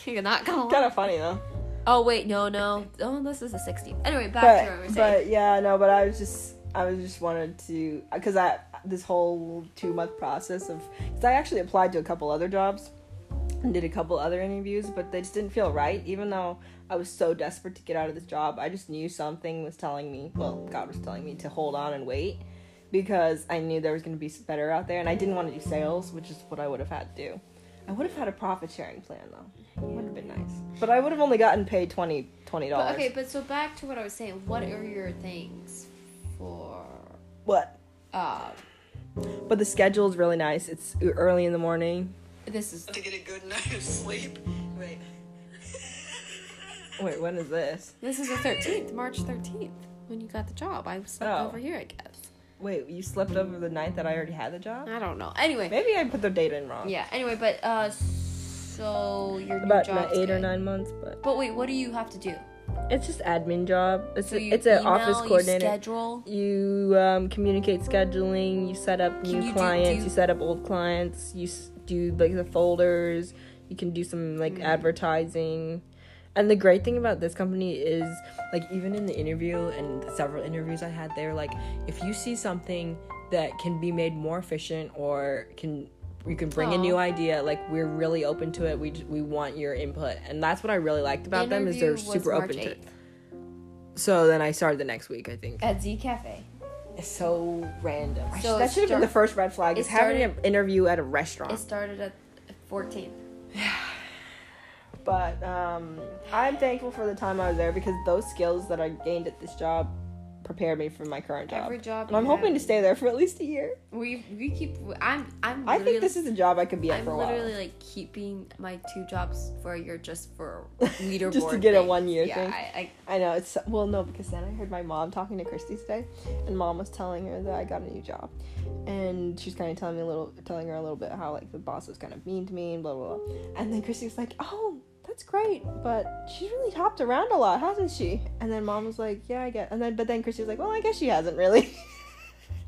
Speaker 2: You're not gonna.
Speaker 1: Kind of funny though.
Speaker 2: Oh wait, no, no. Oh, this is the 16th. Anyway, back to what we
Speaker 1: but
Speaker 2: were saying.
Speaker 1: but yeah no but i was just i was just wanted to because i this whole two month process of because i actually applied to a couple other jobs and did a couple other interviews but they just didn't feel right even though i was so desperate to get out of this job i just knew something was telling me well god was telling me to hold on and wait because i knew there was going to be some better out there and i didn't want to do sales which is what i would have had to do i would have had a profit sharing plan though would have been nice but i would have only gotten paid 20 $20
Speaker 2: But, okay, but so back to what I was saying. What are your things for?
Speaker 1: what
Speaker 2: Uh,
Speaker 1: But the schedule is really nice. It's early in the morning.
Speaker 2: this is
Speaker 4: to get a good night of sleep. Wait.
Speaker 1: Wait, when is this?
Speaker 2: this is the 13th, March 13th, when you got the job. I slept
Speaker 1: Oh.
Speaker 2: over here, I guess.
Speaker 1: Wait, you slept over the night that I already had the job?
Speaker 2: I don't know. Anyway,
Speaker 1: Maybe I put the date in wrong.
Speaker 2: yeah. Anyway, but uh, so your new
Speaker 1: About
Speaker 2: job's
Speaker 1: ni- eight or
Speaker 2: good.
Speaker 1: nine months, but
Speaker 2: But wait, what do you have to do?
Speaker 1: it's just admin job. It's
Speaker 2: So
Speaker 1: a,
Speaker 2: you
Speaker 1: it's an
Speaker 2: email,
Speaker 1: office
Speaker 2: you
Speaker 1: coordinator.
Speaker 2: schedule.
Speaker 1: You, um, communicate scheduling. You set up new
Speaker 2: you do- do
Speaker 1: clients.
Speaker 2: you-
Speaker 1: you set up old clients. You s- do like the folders. You can do some
Speaker 2: Mm-hmm.
Speaker 1: like advertising. And the great thing about this company is, like, even in the interview and the several interviews I had, they were like, if you see something that can be made more efficient or can you can bring a new
Speaker 2: Aw.
Speaker 1: idea, like we're really open to it. We j- we want your input, and that's what I really liked about them is
Speaker 2: Interview
Speaker 1: they're
Speaker 2: was
Speaker 1: super
Speaker 2: March
Speaker 1: open to it.
Speaker 2: 8th.
Speaker 1: So then I started the next week, I think.
Speaker 2: At Z Cafe.
Speaker 1: It's so random. I
Speaker 2: So
Speaker 1: sh-
Speaker 2: it
Speaker 1: that should have been
Speaker 2: start-
Speaker 1: the first red flag.
Speaker 2: it
Speaker 1: Is having an interview at a restaurant.
Speaker 2: It started at 14th.
Speaker 1: but um, I'm thankful for the time I was there because those skills that I gained at this job prepared me for my current job.
Speaker 2: Every job
Speaker 1: and I'm
Speaker 2: you
Speaker 1: hoping
Speaker 2: have-
Speaker 1: to stay there for at least a year.
Speaker 2: We we keep. I'm I'm.
Speaker 1: I think
Speaker 2: literally-
Speaker 1: this is a job I could be at
Speaker 2: I'm
Speaker 1: for a
Speaker 2: literally
Speaker 1: while.
Speaker 2: like keeping my two jobs for a year just for leaderboard.
Speaker 1: Just to get a
Speaker 2: things.
Speaker 1: one-year
Speaker 2: yeah,
Speaker 1: thing.
Speaker 2: I,
Speaker 1: I know it's well no because then I heard my mom talking to Christy today, and mom was telling her that I got a new job, and she's kind of telling me a little, telling her a little bit how like the boss was kind of mean to me and blah blah blah, and then Christy was like, oh that's great, but she's really hopped around a lot, hasn't she? And then mom was like, yeah I guess, and then but then Christy was like, well I guess she hasn't really.
Speaker 2: I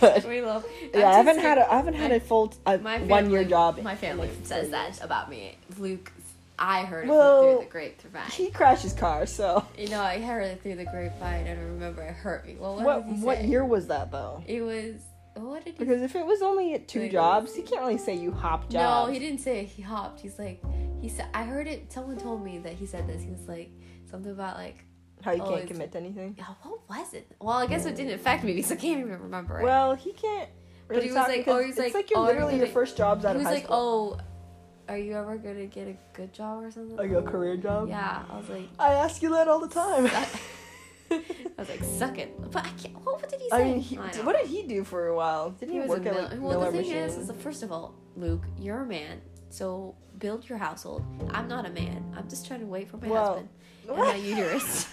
Speaker 1: but
Speaker 2: we love.
Speaker 1: yeah, I haven't had a I haven't had a full a one year job.
Speaker 2: My family
Speaker 1: in, like,
Speaker 2: says
Speaker 1: four years.
Speaker 2: that about me. Luke, I heard it
Speaker 1: Well-
Speaker 2: through the grapevine.
Speaker 1: He crashes cars, so
Speaker 2: You know, I heard it through the grapevine. I don't remember. It hurt me. Well, what,
Speaker 1: what
Speaker 2: did he
Speaker 1: what
Speaker 2: say?
Speaker 1: year was that though?
Speaker 2: It was What did he
Speaker 1: Because if it was only at two
Speaker 2: Wait,
Speaker 1: jobs, you can't really say you hop jobs.
Speaker 2: No, he didn't say he hopped. He's like, he said, I heard it. Someone told me that he said this. He was like, something about like,
Speaker 1: How you
Speaker 2: Oh,
Speaker 1: can't
Speaker 2: it's-
Speaker 1: commit to anything.
Speaker 2: oh, what was it? Well, I guess it didn't affect me because I can't even remember it.
Speaker 1: Well, he can't. Really
Speaker 2: he was
Speaker 1: talk
Speaker 2: like-
Speaker 1: because
Speaker 2: or he was
Speaker 1: it's
Speaker 2: like,
Speaker 1: like, you're
Speaker 2: oh,
Speaker 1: literally your
Speaker 2: everything-
Speaker 1: first jobs out
Speaker 2: he
Speaker 1: of
Speaker 2: was
Speaker 1: high
Speaker 2: like,
Speaker 1: school.
Speaker 2: oh, are you ever gonna get a good job or something?
Speaker 1: Like a career job.
Speaker 2: yeah, I was like,
Speaker 1: I ask you that all the time.
Speaker 2: I was like, suck it. But I can't. What, what did he say?
Speaker 1: I mean, he,
Speaker 2: I don't know.
Speaker 1: what did he do for a while? Didn't
Speaker 2: He
Speaker 1: he,
Speaker 2: was
Speaker 1: work
Speaker 2: a
Speaker 1: at
Speaker 2: mil-
Speaker 1: like
Speaker 2: well,
Speaker 1: Miller
Speaker 2: the thing
Speaker 1: Machine?
Speaker 2: is, is that first of all, Luke, you're a man, so build your household. I'm not a man. I'm just trying to wait for my
Speaker 1: Well,
Speaker 2: husband and my uterus.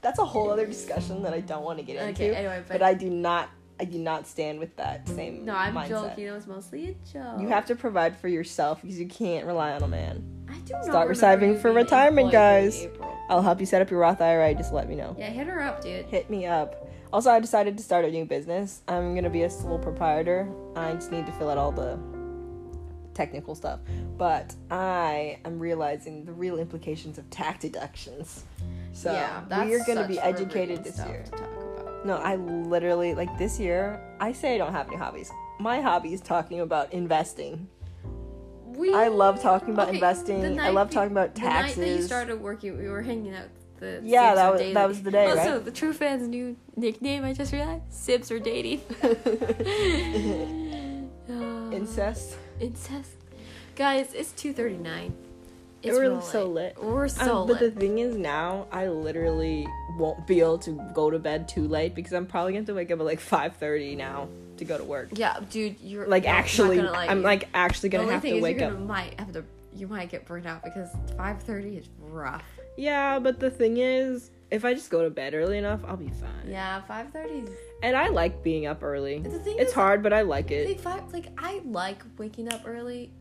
Speaker 1: That's a whole other discussion that I don't want to get into.
Speaker 2: okay, anyway,
Speaker 1: but,
Speaker 2: but,
Speaker 1: I do not, I do not stand with that same
Speaker 2: no, I'm
Speaker 1: mindset.
Speaker 2: joking. It was mostly a joke.
Speaker 1: You have to provide for yourself because you can't rely on a man.
Speaker 2: I do not
Speaker 1: start
Speaker 2: remember
Speaker 1: saving
Speaker 2: you
Speaker 1: for
Speaker 2: being
Speaker 1: retirement,
Speaker 2: employed in
Speaker 1: guys.
Speaker 2: April.
Speaker 1: I'll help you set up your Roth IRA. Just let me know.
Speaker 2: Yeah, hit her up, dude.
Speaker 1: Hit me up. Also, I decided to start a new business. I'm gonna be a sole proprietor. I just need to fill out all the technical stuff. But I am realizing the real implications of tax deductions. So
Speaker 2: yeah,
Speaker 1: we are gonna
Speaker 2: such
Speaker 1: be
Speaker 2: forbidden
Speaker 1: educated this
Speaker 2: stuff
Speaker 1: year.
Speaker 2: To talk about.
Speaker 1: No, I literally like this year. I say I don't have any hobbies. My hobby is talking about investing.
Speaker 2: We,
Speaker 1: I love talking about
Speaker 2: Okay, the
Speaker 1: investing. I
Speaker 2: night
Speaker 1: love
Speaker 2: be-
Speaker 1: talking about
Speaker 2: The night that you
Speaker 1: taxes.
Speaker 2: started working, we were hanging out. The
Speaker 1: Yeah,
Speaker 2: Sibs
Speaker 1: that
Speaker 2: are
Speaker 1: was-
Speaker 2: dating.
Speaker 1: that was the day,
Speaker 2: Also,
Speaker 1: right?
Speaker 2: the True Fans' new nickname, I just realized, Sibs are dating. Uh,
Speaker 1: Incest.
Speaker 2: incest. Guys, it's 2.39. It's
Speaker 1: We're
Speaker 2: real
Speaker 1: so lit.
Speaker 2: We're so
Speaker 1: Um,
Speaker 2: lit.
Speaker 1: but the thing is, now I literally won't be able to go to bed too late because I'm probably gonna have to wake up at like 5:30 now to go to work.
Speaker 2: yeah, dude, you're
Speaker 1: Like
Speaker 2: no, I'm not
Speaker 1: actually,
Speaker 2: gonna lie to
Speaker 1: I'm
Speaker 2: you.
Speaker 1: like actually
Speaker 2: the
Speaker 1: gonna
Speaker 2: only
Speaker 1: have
Speaker 2: thing
Speaker 1: to
Speaker 2: is
Speaker 1: wake
Speaker 2: you're
Speaker 1: up.
Speaker 2: gonna might have to you might get burnt out because 5:30 is rough.
Speaker 1: Yeah, but the thing is, if I just go to bed early enough, I'll be fine.
Speaker 2: Yeah, 5:30 is
Speaker 1: And I like being up early.
Speaker 2: the thing
Speaker 1: It's
Speaker 2: is,
Speaker 1: hard, but I like it.
Speaker 2: Like five, like I like waking up early,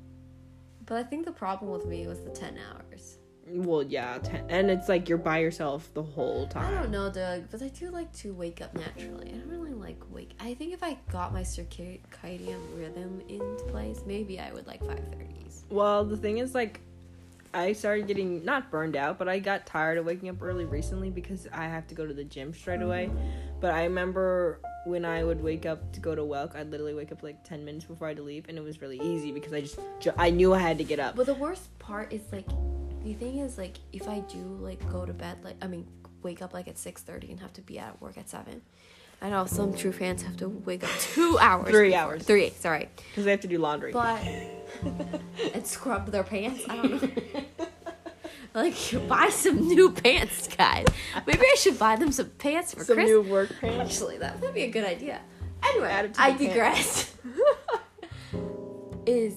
Speaker 2: but I think the problem with me was the ten hours.
Speaker 1: Well, yeah, ten, and it's like you're by yourself the whole
Speaker 2: I
Speaker 1: time.
Speaker 2: don't know, Doug, but I do like to wake up naturally. I don't really like wake. I think if I got my circadian rhythm into place, maybe I would like five thirties.
Speaker 1: Well, the thing is, like, I started getting not burned out, but I got tired of waking up early recently because I have to go to the gym straight away. But I remember when I would wake up to go to work, I'd literally wake up like ten minutes before I had to leave, and it was really easy because I just ju- I knew I had to get up.
Speaker 2: But the worst part is like, the thing is like, if I do like go to bed, like I mean, wake up like at six thirty and have to be at work at seven. I know some true fans have to wake up two hours.
Speaker 1: Three hours.
Speaker 2: Three, sorry.
Speaker 1: because I have to do laundry.
Speaker 2: but and scrub their pants. I don't know. like buy some new pants, guys. Maybe I should buy them some pants for
Speaker 1: Some
Speaker 2: Christmas.
Speaker 1: new work pants.
Speaker 2: Actually, that would be a good idea. Anyway,
Speaker 1: Add it to
Speaker 2: I
Speaker 1: the pant.
Speaker 2: digress. Is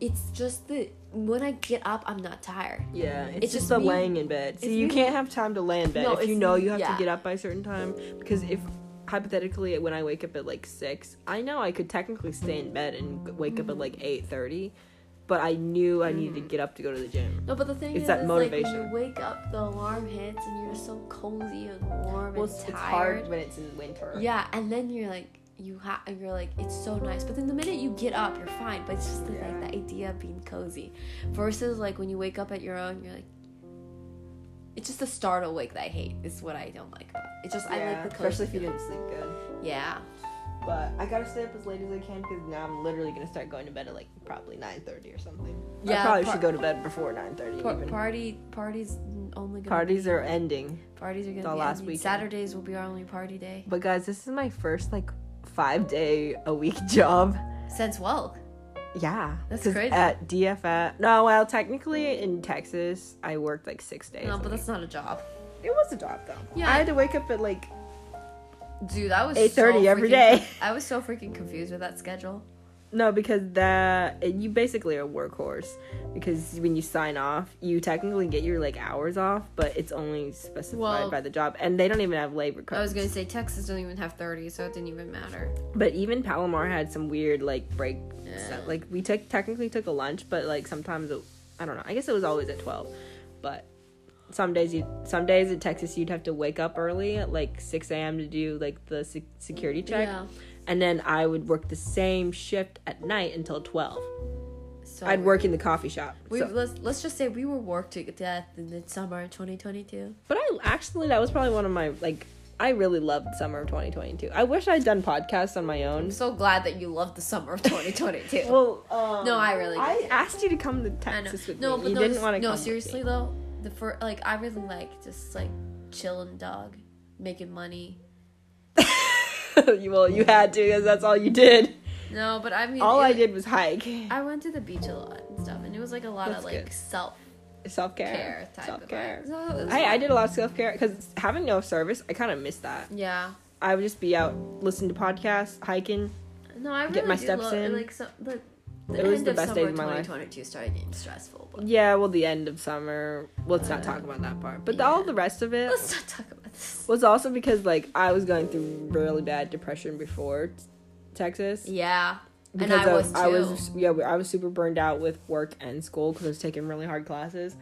Speaker 2: it's just the when I get up, I'm not tired.
Speaker 1: Yeah, it's,
Speaker 2: It's
Speaker 1: just
Speaker 2: just
Speaker 1: the
Speaker 2: me-
Speaker 1: laying in bed. See,
Speaker 2: it's
Speaker 1: you
Speaker 2: me-
Speaker 1: can't have time to lay in bed
Speaker 2: No,
Speaker 1: if you
Speaker 2: it's
Speaker 1: know
Speaker 2: me-
Speaker 1: you have to
Speaker 2: yeah.
Speaker 1: get up by a certain time. Because if hypothetically, when I wake up at like six, I know I could technically stay in bed and g- wake up at
Speaker 2: Mm.
Speaker 1: like eight thirty, but I knew I needed to get up to go to the gym.
Speaker 2: No, but the thing
Speaker 1: It's
Speaker 2: is,
Speaker 1: that
Speaker 2: is, Like,
Speaker 1: motivation.
Speaker 2: when you wake up, the alarm hits, and you're so cozy and warm
Speaker 1: Well,
Speaker 2: and
Speaker 1: it's,
Speaker 2: tired.
Speaker 1: it's hard when it's in winter.
Speaker 2: Yeah, and then you're like, you have, you're like, it's so nice. But then the minute you get up, you're fine. But it's just the,
Speaker 1: Yeah.
Speaker 2: like the idea of being cozy, versus like when you wake up at your own, you're like, it's just the start awake that I hate. Is what I don't like. About. it. It's just I like the cozy.
Speaker 1: especially if you
Speaker 2: feeling.
Speaker 1: didn't sleep good.
Speaker 2: Yeah,
Speaker 1: But I gotta stay up as late as I can because now I'm literally gonna start going to bed at like probably nine thirty or something. I
Speaker 2: Yeah,
Speaker 1: probably
Speaker 2: par-
Speaker 1: should go to bed before nine thirty.
Speaker 2: Par-
Speaker 1: even.
Speaker 2: party parties only gonna
Speaker 1: Parties
Speaker 2: be,
Speaker 1: are ending.
Speaker 2: parties are gonna
Speaker 1: the
Speaker 2: be
Speaker 1: last
Speaker 2: ending.
Speaker 1: weekend.
Speaker 2: Saturdays will be our only party day
Speaker 1: But guys, this is my first like five day a week job.
Speaker 2: since well.
Speaker 1: Yeah,
Speaker 2: That's
Speaker 1: 'Cause
Speaker 2: crazy.
Speaker 1: At DFF, no, well, technically in Texas, I worked like six days.
Speaker 2: No,
Speaker 1: a
Speaker 2: but
Speaker 1: week.
Speaker 2: that's not a job,
Speaker 1: it was a job though.
Speaker 2: Yeah.
Speaker 1: I had to wake up at like
Speaker 2: dude. That was so
Speaker 1: eight thirty every
Speaker 2: freaking-
Speaker 1: day.
Speaker 2: I was so freaking confused with that schedule.
Speaker 1: No, because the it- you basically are a workhorse because when you sign off, you technically get your like hours off, but it's only specified
Speaker 2: Well-
Speaker 1: by the job, and they don't even have labor codes.
Speaker 2: I was gonna say Texas don't even have thirty, so it didn't even matter.
Speaker 1: But even Palomar had some weird like break.
Speaker 2: Yeah.
Speaker 1: stuff. Like we took technically took a lunch, but like sometimes it, I don't know. I guess it was always at twelve, but some days you some days in Texas you'd have to wake up early at like six a.m. to do like the se- security check,
Speaker 2: Yeah.
Speaker 1: and then I would work the same shift at night until twelve.
Speaker 2: So
Speaker 1: I'd work in the coffee shop.
Speaker 2: We
Speaker 1: so-
Speaker 2: let's let's just say we were worked to death in the summer of 2022.
Speaker 1: But I actually that was probably one of my like I really loved summer of 2022. I wish I'd done podcasts on my own.
Speaker 2: I'm so glad that you loved the summer of 2022.
Speaker 1: Well, um,
Speaker 2: no, I really.
Speaker 1: I
Speaker 2: did.
Speaker 1: asked you to come to
Speaker 2: I know.
Speaker 1: Texas with
Speaker 2: no,
Speaker 1: me.
Speaker 2: but
Speaker 1: you
Speaker 2: no,
Speaker 1: didn't
Speaker 2: s-
Speaker 1: want to
Speaker 2: No,
Speaker 1: come. with
Speaker 2: seriously
Speaker 1: me.
Speaker 2: though, the first like I really like just like chilling, dog, making money.
Speaker 1: You- well, you had to because that's all you did.
Speaker 2: No, but I mean,
Speaker 1: All
Speaker 2: it-
Speaker 1: I did was hike.
Speaker 2: I went to the beach a lot and stuff, and it was like a lot
Speaker 1: That's
Speaker 2: of like
Speaker 1: good.
Speaker 2: self
Speaker 1: Self care.
Speaker 2: care type
Speaker 1: Self
Speaker 2: of
Speaker 1: care.
Speaker 2: vibes. So it was
Speaker 1: Hey, I
Speaker 2: fun.
Speaker 1: did a lot of self care because having no service, I kind of miss that.
Speaker 2: Yeah.
Speaker 1: I would just be out listening to podcasts, hiking.
Speaker 2: No, I really
Speaker 1: my
Speaker 2: do
Speaker 1: steps
Speaker 2: love,
Speaker 1: in.
Speaker 2: Like so, the, the
Speaker 1: It
Speaker 2: end
Speaker 1: was the
Speaker 2: of
Speaker 1: best
Speaker 2: summer
Speaker 1: days of my life.
Speaker 2: 2022 started getting stressful. But
Speaker 1: Yeah, well, the end of summer. Let's not talk about that part. But the- all the rest of it
Speaker 2: let's not talk about this.
Speaker 1: was also because like I was going through really bad depression before t- Texas.
Speaker 2: Yeah.
Speaker 1: because
Speaker 2: and I
Speaker 1: of-
Speaker 2: was too.
Speaker 1: I was yeah, I was super burned out with work and school because I was taking really hard classes,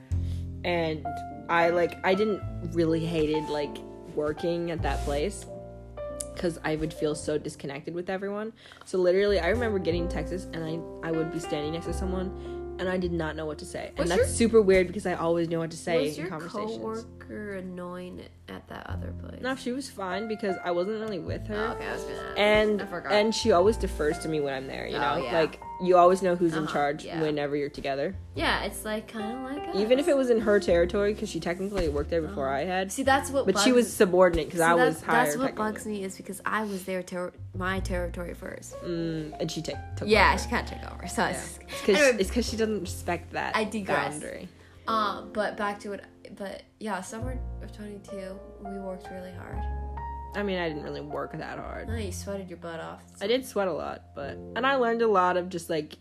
Speaker 1: and I like I didn't really hated like working at that place because I would feel so disconnected with everyone. So literally, I remember getting to Texas and I I would be standing next to someone and I did not know what to say, and
Speaker 2: Was
Speaker 1: that's
Speaker 2: your-
Speaker 1: super weird because I always know what to say
Speaker 2: was
Speaker 1: in
Speaker 2: your
Speaker 1: conversations.
Speaker 2: coworker annoying at that other place?
Speaker 1: No, she was fine because I wasn't really with her
Speaker 2: Oh, okay, I was gonna. ask.
Speaker 1: and
Speaker 2: I forgot.
Speaker 1: and she always defers to me when I'm there. You
Speaker 2: Oh,
Speaker 1: know,
Speaker 2: yeah.
Speaker 1: like you always know who's in
Speaker 2: Uh-huh,
Speaker 1: charge
Speaker 2: yeah.
Speaker 1: whenever you're together.
Speaker 2: yeah, it's like kind of like us.
Speaker 1: Even if it was in her territory, because she technically worked there before I had,
Speaker 2: Uh-huh. see that's what
Speaker 1: but she
Speaker 2: bugs-
Speaker 1: was subordinate because
Speaker 2: see,
Speaker 1: I
Speaker 2: that's-
Speaker 1: was hired.
Speaker 2: That's what
Speaker 1: technically.
Speaker 2: bugs me is because I was their ter- my territory first.
Speaker 1: Mm, and she ta- took.
Speaker 2: Yeah, she kind of took over. So it's
Speaker 1: it's because
Speaker 2: anyway,
Speaker 1: she doesn't respect that
Speaker 2: I digress.
Speaker 1: boundary.
Speaker 2: um, but back to it. But yeah, summer of 22, we worked really hard.
Speaker 1: I mean, I didn't really work that hard.
Speaker 2: No, you sweated your butt off.
Speaker 1: I did sweat a lot, but and I learned a lot of just like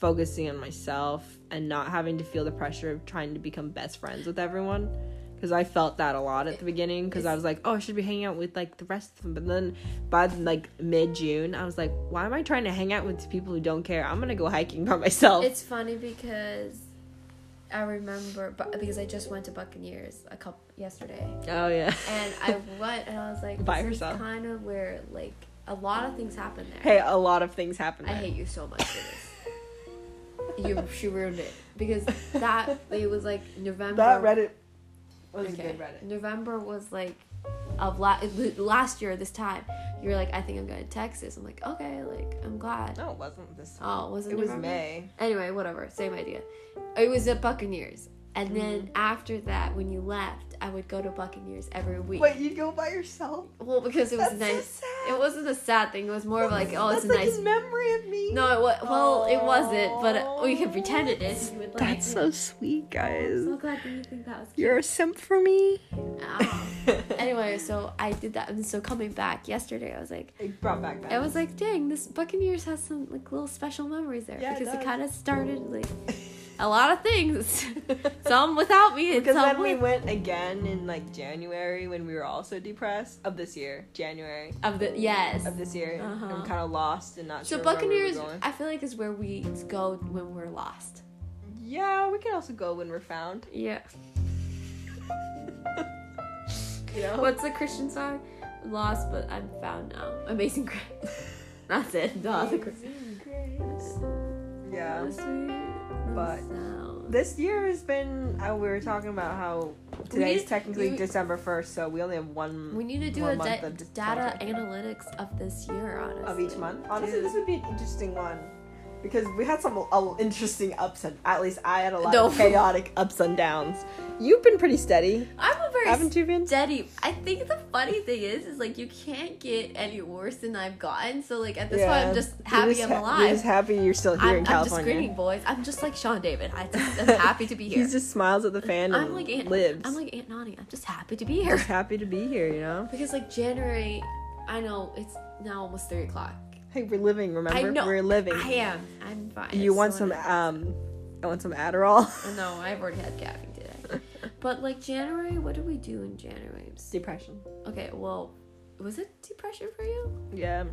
Speaker 1: focusing on myself and not having to feel the pressure of trying to become best friends with everyone because I felt that a lot at the beginning because I was like, oh, I should be hanging out with like the rest of them, but then by like mid June, I was like, why am I trying to hang out with people who don't care? I'm gonna go hiking by myself.
Speaker 2: It's funny because I remember bu- because I just went to Buccaneers a couple yesterday,
Speaker 1: oh yeah.
Speaker 2: and I went and I was like,
Speaker 1: By
Speaker 2: this is
Speaker 1: herself.
Speaker 2: kind of where like a lot of things happen there.
Speaker 1: hey, a lot of things happen.
Speaker 2: I
Speaker 1: There.
Speaker 2: hate you so much for this. you she ruined it because that it was like November.
Speaker 1: that Reddit was
Speaker 2: Okay.
Speaker 1: a good Reddit.
Speaker 2: November was like of la- last year this time. You were like, I think I'm going to Texas. I'm like, okay, like I'm glad.
Speaker 1: No, it wasn't this.
Speaker 2: Oh, was it?
Speaker 1: it was
Speaker 2: November?
Speaker 1: May.
Speaker 2: Anyway, whatever, same idea. It was at Buccaneers, and
Speaker 1: Mm-hmm.
Speaker 2: then after that, when you left, I would go to Buccaneers every week.
Speaker 1: Wait, you go by yourself?
Speaker 2: well, because it was
Speaker 1: That's so
Speaker 2: nice.
Speaker 1: sad.
Speaker 2: It wasn't a sad thing. It was more of like, oh, it's
Speaker 1: That's
Speaker 2: a
Speaker 1: like
Speaker 2: nice
Speaker 1: in memory of me.
Speaker 2: No, it was. Well, it wasn't, but we could pretend it is. You would like
Speaker 1: That's
Speaker 2: it.
Speaker 1: so sweet, guys.
Speaker 2: I'm so glad that you think that was cute.
Speaker 1: You're a simp for me.
Speaker 2: Ah. anyway, so I did that, and so coming back yesterday, I was like,
Speaker 1: It brought back that.
Speaker 2: I was like, dang, this Buccaneers has some like little special memories there
Speaker 1: Yeah, it
Speaker 2: because it,
Speaker 1: does.
Speaker 2: kind of started like a lot of things, some without me, and
Speaker 1: because
Speaker 2: some
Speaker 1: then we
Speaker 2: with,
Speaker 1: went again in like January when we were also depressed of this year, January
Speaker 2: of the yes.
Speaker 1: of this year, and
Speaker 2: Uh-huh.
Speaker 1: kind of lost and not
Speaker 2: So
Speaker 1: sure.
Speaker 2: Buccaneers,
Speaker 1: Where we were going.
Speaker 2: I feel like is where we go when we're lost.
Speaker 1: yeah, we can also go when we're found.
Speaker 2: Yeah.
Speaker 1: You know.
Speaker 2: What's the Christian song? Lost, but I'm found now. Amazing Grace. That's it. No, the Christian.
Speaker 1: Yeah. But-
Speaker 2: But
Speaker 1: This year has been. Uh, we were talking about how today's
Speaker 2: need-
Speaker 1: technically
Speaker 2: we-
Speaker 1: December first, so we only have one.
Speaker 2: we need to do
Speaker 1: one
Speaker 2: a
Speaker 1: month
Speaker 2: da-
Speaker 1: of just
Speaker 2: data
Speaker 1: content.
Speaker 2: analytics of this year, honestly.
Speaker 1: of each month. Honestly,
Speaker 2: Dude.
Speaker 1: this would be an interesting one because we had some uh, interesting ups and at least I had a lot
Speaker 2: No.
Speaker 1: of chaotic ups and downs. You've been pretty steady,
Speaker 2: I'm a very
Speaker 1: haven't you been?
Speaker 2: steady. I think the funny thing is, is like you can't get any worse than I've gotten. So like at this point, I'm just
Speaker 1: You're
Speaker 2: happy
Speaker 1: just
Speaker 2: I'm
Speaker 1: ha-
Speaker 2: alive.
Speaker 1: You're just happy you're still here
Speaker 2: I'm,
Speaker 1: in
Speaker 2: I'm just
Speaker 1: California.
Speaker 2: grinning, boys. I'm just like Sean David. I just, I'm happy to be here.
Speaker 1: He just smiles at the fan
Speaker 2: I'm
Speaker 1: and
Speaker 2: like Aunt.
Speaker 1: lives.
Speaker 2: I'm like Aunt Nani. I'm just happy to be here.
Speaker 1: Just happy to be here, you know.
Speaker 2: Because like January, I know it's now almost three o'clock.
Speaker 1: Hey, we're living. Remember,
Speaker 2: I know
Speaker 1: we're living.
Speaker 2: I am. I'm fine.
Speaker 1: you
Speaker 2: It's
Speaker 1: want
Speaker 2: still
Speaker 1: some?
Speaker 2: in-
Speaker 1: Um, I want some Adderall.
Speaker 2: No, I've already had caffeine today. but like January, what do we do in January?
Speaker 1: Depression.
Speaker 2: Okay, well, was it depression for you?
Speaker 1: Yeah.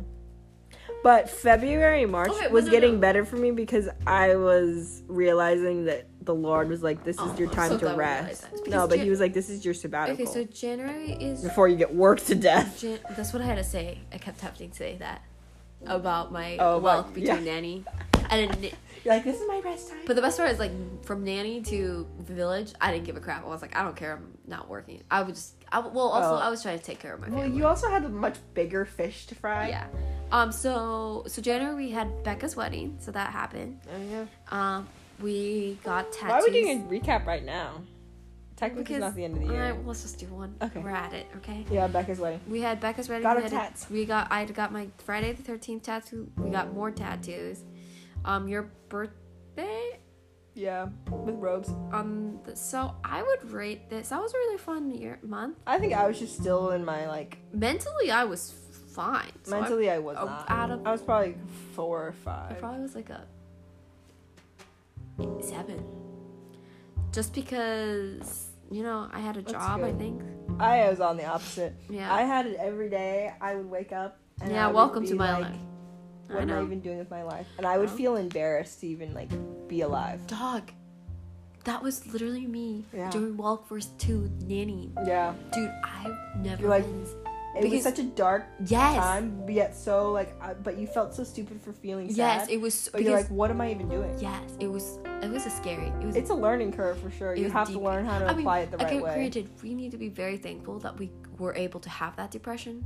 Speaker 1: But February, March
Speaker 2: Okay, well,
Speaker 1: was
Speaker 2: no,
Speaker 1: getting
Speaker 2: no.
Speaker 1: better for me because I was realizing that the Lord was like, "This is
Speaker 2: Oh,
Speaker 1: your
Speaker 2: I'm
Speaker 1: time
Speaker 2: so
Speaker 1: to
Speaker 2: glad we realized
Speaker 1: rest."
Speaker 2: that. It's
Speaker 1: No,
Speaker 2: because
Speaker 1: but
Speaker 2: Jan-
Speaker 1: He was like, "This is your sabbatical
Speaker 2: Okay, so January is.
Speaker 1: before you get worked to death."
Speaker 2: Jan- that's what I had to say. I kept having to say that about my
Speaker 1: Oh, about-
Speaker 2: wealth between
Speaker 1: yeah.
Speaker 2: Nanny. I didn't.
Speaker 1: You're like, this is my rest time.
Speaker 2: But the best part is like from nanny to village, I didn't give a crap. I was like, I don't care. I'm not working. I would just. I, well, also
Speaker 1: Oh.
Speaker 2: I was trying to take care of my
Speaker 1: well,
Speaker 2: family.
Speaker 1: you also had a much bigger fish to fry.
Speaker 2: yeah. Um. So so January we had Becca's wedding, so that happened.
Speaker 1: Oh, yeah.
Speaker 2: Um. We got tattoos.
Speaker 1: Why are we doing a recap right now? Technically,
Speaker 2: Because
Speaker 1: it's not the end of the year.
Speaker 2: Alright, let's just do one.
Speaker 1: Okay.
Speaker 2: We're at it. Okay.
Speaker 1: Yeah, Becca's wedding.
Speaker 2: We had Becca's ready.
Speaker 1: Got
Speaker 2: we
Speaker 1: her
Speaker 2: had a-
Speaker 1: tats.
Speaker 2: we got I got my Friday the Thirteenth tattoo. We got more tattoos. Um, your birthday.
Speaker 1: Yeah, with robes.
Speaker 2: Um, th- so I would rate this. That was a really fun year month.
Speaker 1: I think I was just still in my like.
Speaker 2: Mentally, I was fine. So I-
Speaker 1: mentally, I, was
Speaker 2: oh,
Speaker 1: not.
Speaker 2: out of-
Speaker 1: I was probably four or
Speaker 2: I
Speaker 1: five.
Speaker 2: probably was like a seven. Just because you know I had a job. I
Speaker 1: good.
Speaker 2: think.
Speaker 1: I was on the opposite.
Speaker 2: Yeah.
Speaker 1: I had it every day. I would wake up. And
Speaker 2: yeah.
Speaker 1: I would
Speaker 2: Welcome
Speaker 1: be
Speaker 2: to my
Speaker 1: like,
Speaker 2: life.
Speaker 1: What
Speaker 2: I
Speaker 1: am I
Speaker 2: know.
Speaker 1: even doing with my life? And I would
Speaker 2: know.
Speaker 1: feel embarrassed to even like be alive.
Speaker 2: Dog. That was literally me
Speaker 1: Yeah.
Speaker 2: doing walk first to nanny.
Speaker 1: Yeah,
Speaker 2: Dude, I've never
Speaker 1: You're like-
Speaker 2: been.
Speaker 1: it was
Speaker 2: Because-
Speaker 1: such a dark
Speaker 2: Yes.
Speaker 1: time, but yet so like, I, but you felt so stupid for feeling sad.
Speaker 2: yes, it was
Speaker 1: But
Speaker 2: because
Speaker 1: you're like, what am I even doing?
Speaker 2: yes, it was it was a scary. It was
Speaker 1: It's a learning curve for sure.
Speaker 2: it
Speaker 1: You
Speaker 2: was
Speaker 1: have to
Speaker 2: deep.
Speaker 1: learn how to
Speaker 2: I mean,
Speaker 1: apply it the
Speaker 2: okay,
Speaker 1: right way.
Speaker 2: granted, we need to be very thankful that we were able to have that depression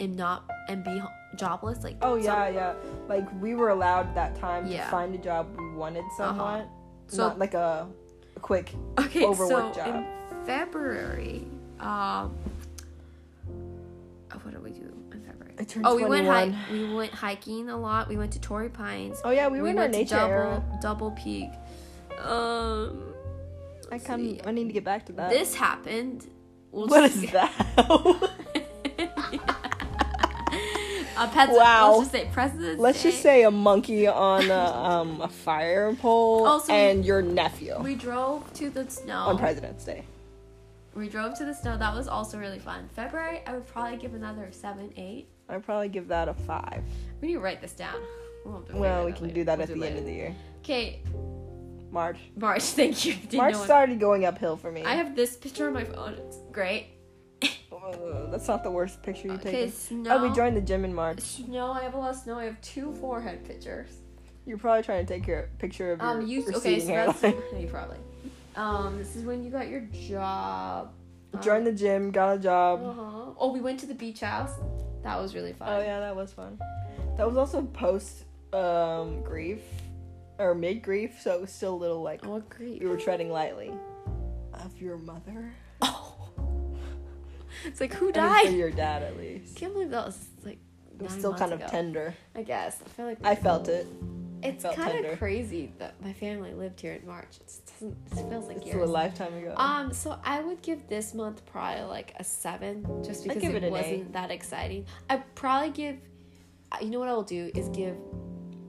Speaker 2: and not and be h- jobless like
Speaker 1: Oh
Speaker 2: some-
Speaker 1: yeah, yeah. Like we were allowed that time
Speaker 2: Yeah. Uh-huh.
Speaker 1: to find a job we wanted somewhat,
Speaker 2: So-
Speaker 1: not like a, a quick.
Speaker 2: okay,
Speaker 1: overworked
Speaker 2: so
Speaker 1: job.
Speaker 2: in February, um, oh, what did we do in February?
Speaker 1: I turned
Speaker 2: oh, we went
Speaker 1: 21.
Speaker 2: hike. We went hiking a lot. We went to Torrey Pines.
Speaker 1: Oh yeah, we were in our
Speaker 2: went to
Speaker 1: nature
Speaker 2: double
Speaker 1: era.
Speaker 2: double peak. Um,
Speaker 1: I
Speaker 2: let's
Speaker 1: kind
Speaker 2: see.
Speaker 1: of I need to get back to that.
Speaker 2: this happened. We'll
Speaker 1: what
Speaker 2: just-
Speaker 1: is that?
Speaker 2: a pet.
Speaker 1: Wow.
Speaker 2: Let's just say President's
Speaker 1: Let's just
Speaker 2: Day.
Speaker 1: say a monkey on a, um, a fire pole
Speaker 2: Also, Oh, we- Oh.
Speaker 1: and your nephew
Speaker 2: we drove to the snow.
Speaker 1: on President's Day.
Speaker 2: we drove to the snow. That was also really fun. February, I would probably give another seven, eight.
Speaker 1: I'd probably give that a five.
Speaker 2: We need to write this down. We'll, have to figure
Speaker 1: Well,
Speaker 2: it
Speaker 1: we
Speaker 2: out
Speaker 1: can
Speaker 2: later.
Speaker 1: do that
Speaker 2: We'll
Speaker 1: at the end of the year.
Speaker 2: Okay,
Speaker 1: March.
Speaker 2: March. Thank you. Didn't
Speaker 1: March
Speaker 2: know what-
Speaker 1: started going uphill for me.
Speaker 2: I have this picture on my phone. It's great.
Speaker 1: Uh, that's not the worst picture you
Speaker 2: Okay,
Speaker 1: take.
Speaker 2: snow.
Speaker 1: Oh, we joined the gym in March.
Speaker 2: Snow. I have a lot of snow. I have two forehead pictures.
Speaker 1: You're probably trying to take your picture of your
Speaker 2: Um, you okay?
Speaker 1: receding
Speaker 2: So that's
Speaker 1: hairline.
Speaker 2: you probably. Um, this is when you got your job. Um,
Speaker 1: Joined the gym, got a job.
Speaker 2: Uh-huh. Oh, we went to the beach house. That was really fun.
Speaker 1: Oh yeah, that was fun. That was also post um grief or mid grief, so it was still a little like
Speaker 2: Oh, great.
Speaker 1: we were treading lightly. Of your mother,
Speaker 2: Oh. It's like, who
Speaker 1: I mean, for
Speaker 2: died?
Speaker 1: your dad at least.
Speaker 2: can't believe that was like.
Speaker 1: It was
Speaker 2: nine
Speaker 1: still kind of
Speaker 2: months ago.
Speaker 1: tender.
Speaker 2: I guess. I feel like
Speaker 1: I felt it.
Speaker 2: it's
Speaker 1: felt
Speaker 2: kind
Speaker 1: tender.
Speaker 2: of crazy that my family lived here in March. It just doesn't. It feels like
Speaker 1: It's
Speaker 2: years.
Speaker 1: still a lifetime ago.
Speaker 2: Um, so I would give this month probably like a seven, just because
Speaker 1: give
Speaker 2: it,
Speaker 1: it an
Speaker 2: wasn't
Speaker 1: eight.
Speaker 2: that exciting. I probably give, I- you know what I will do is give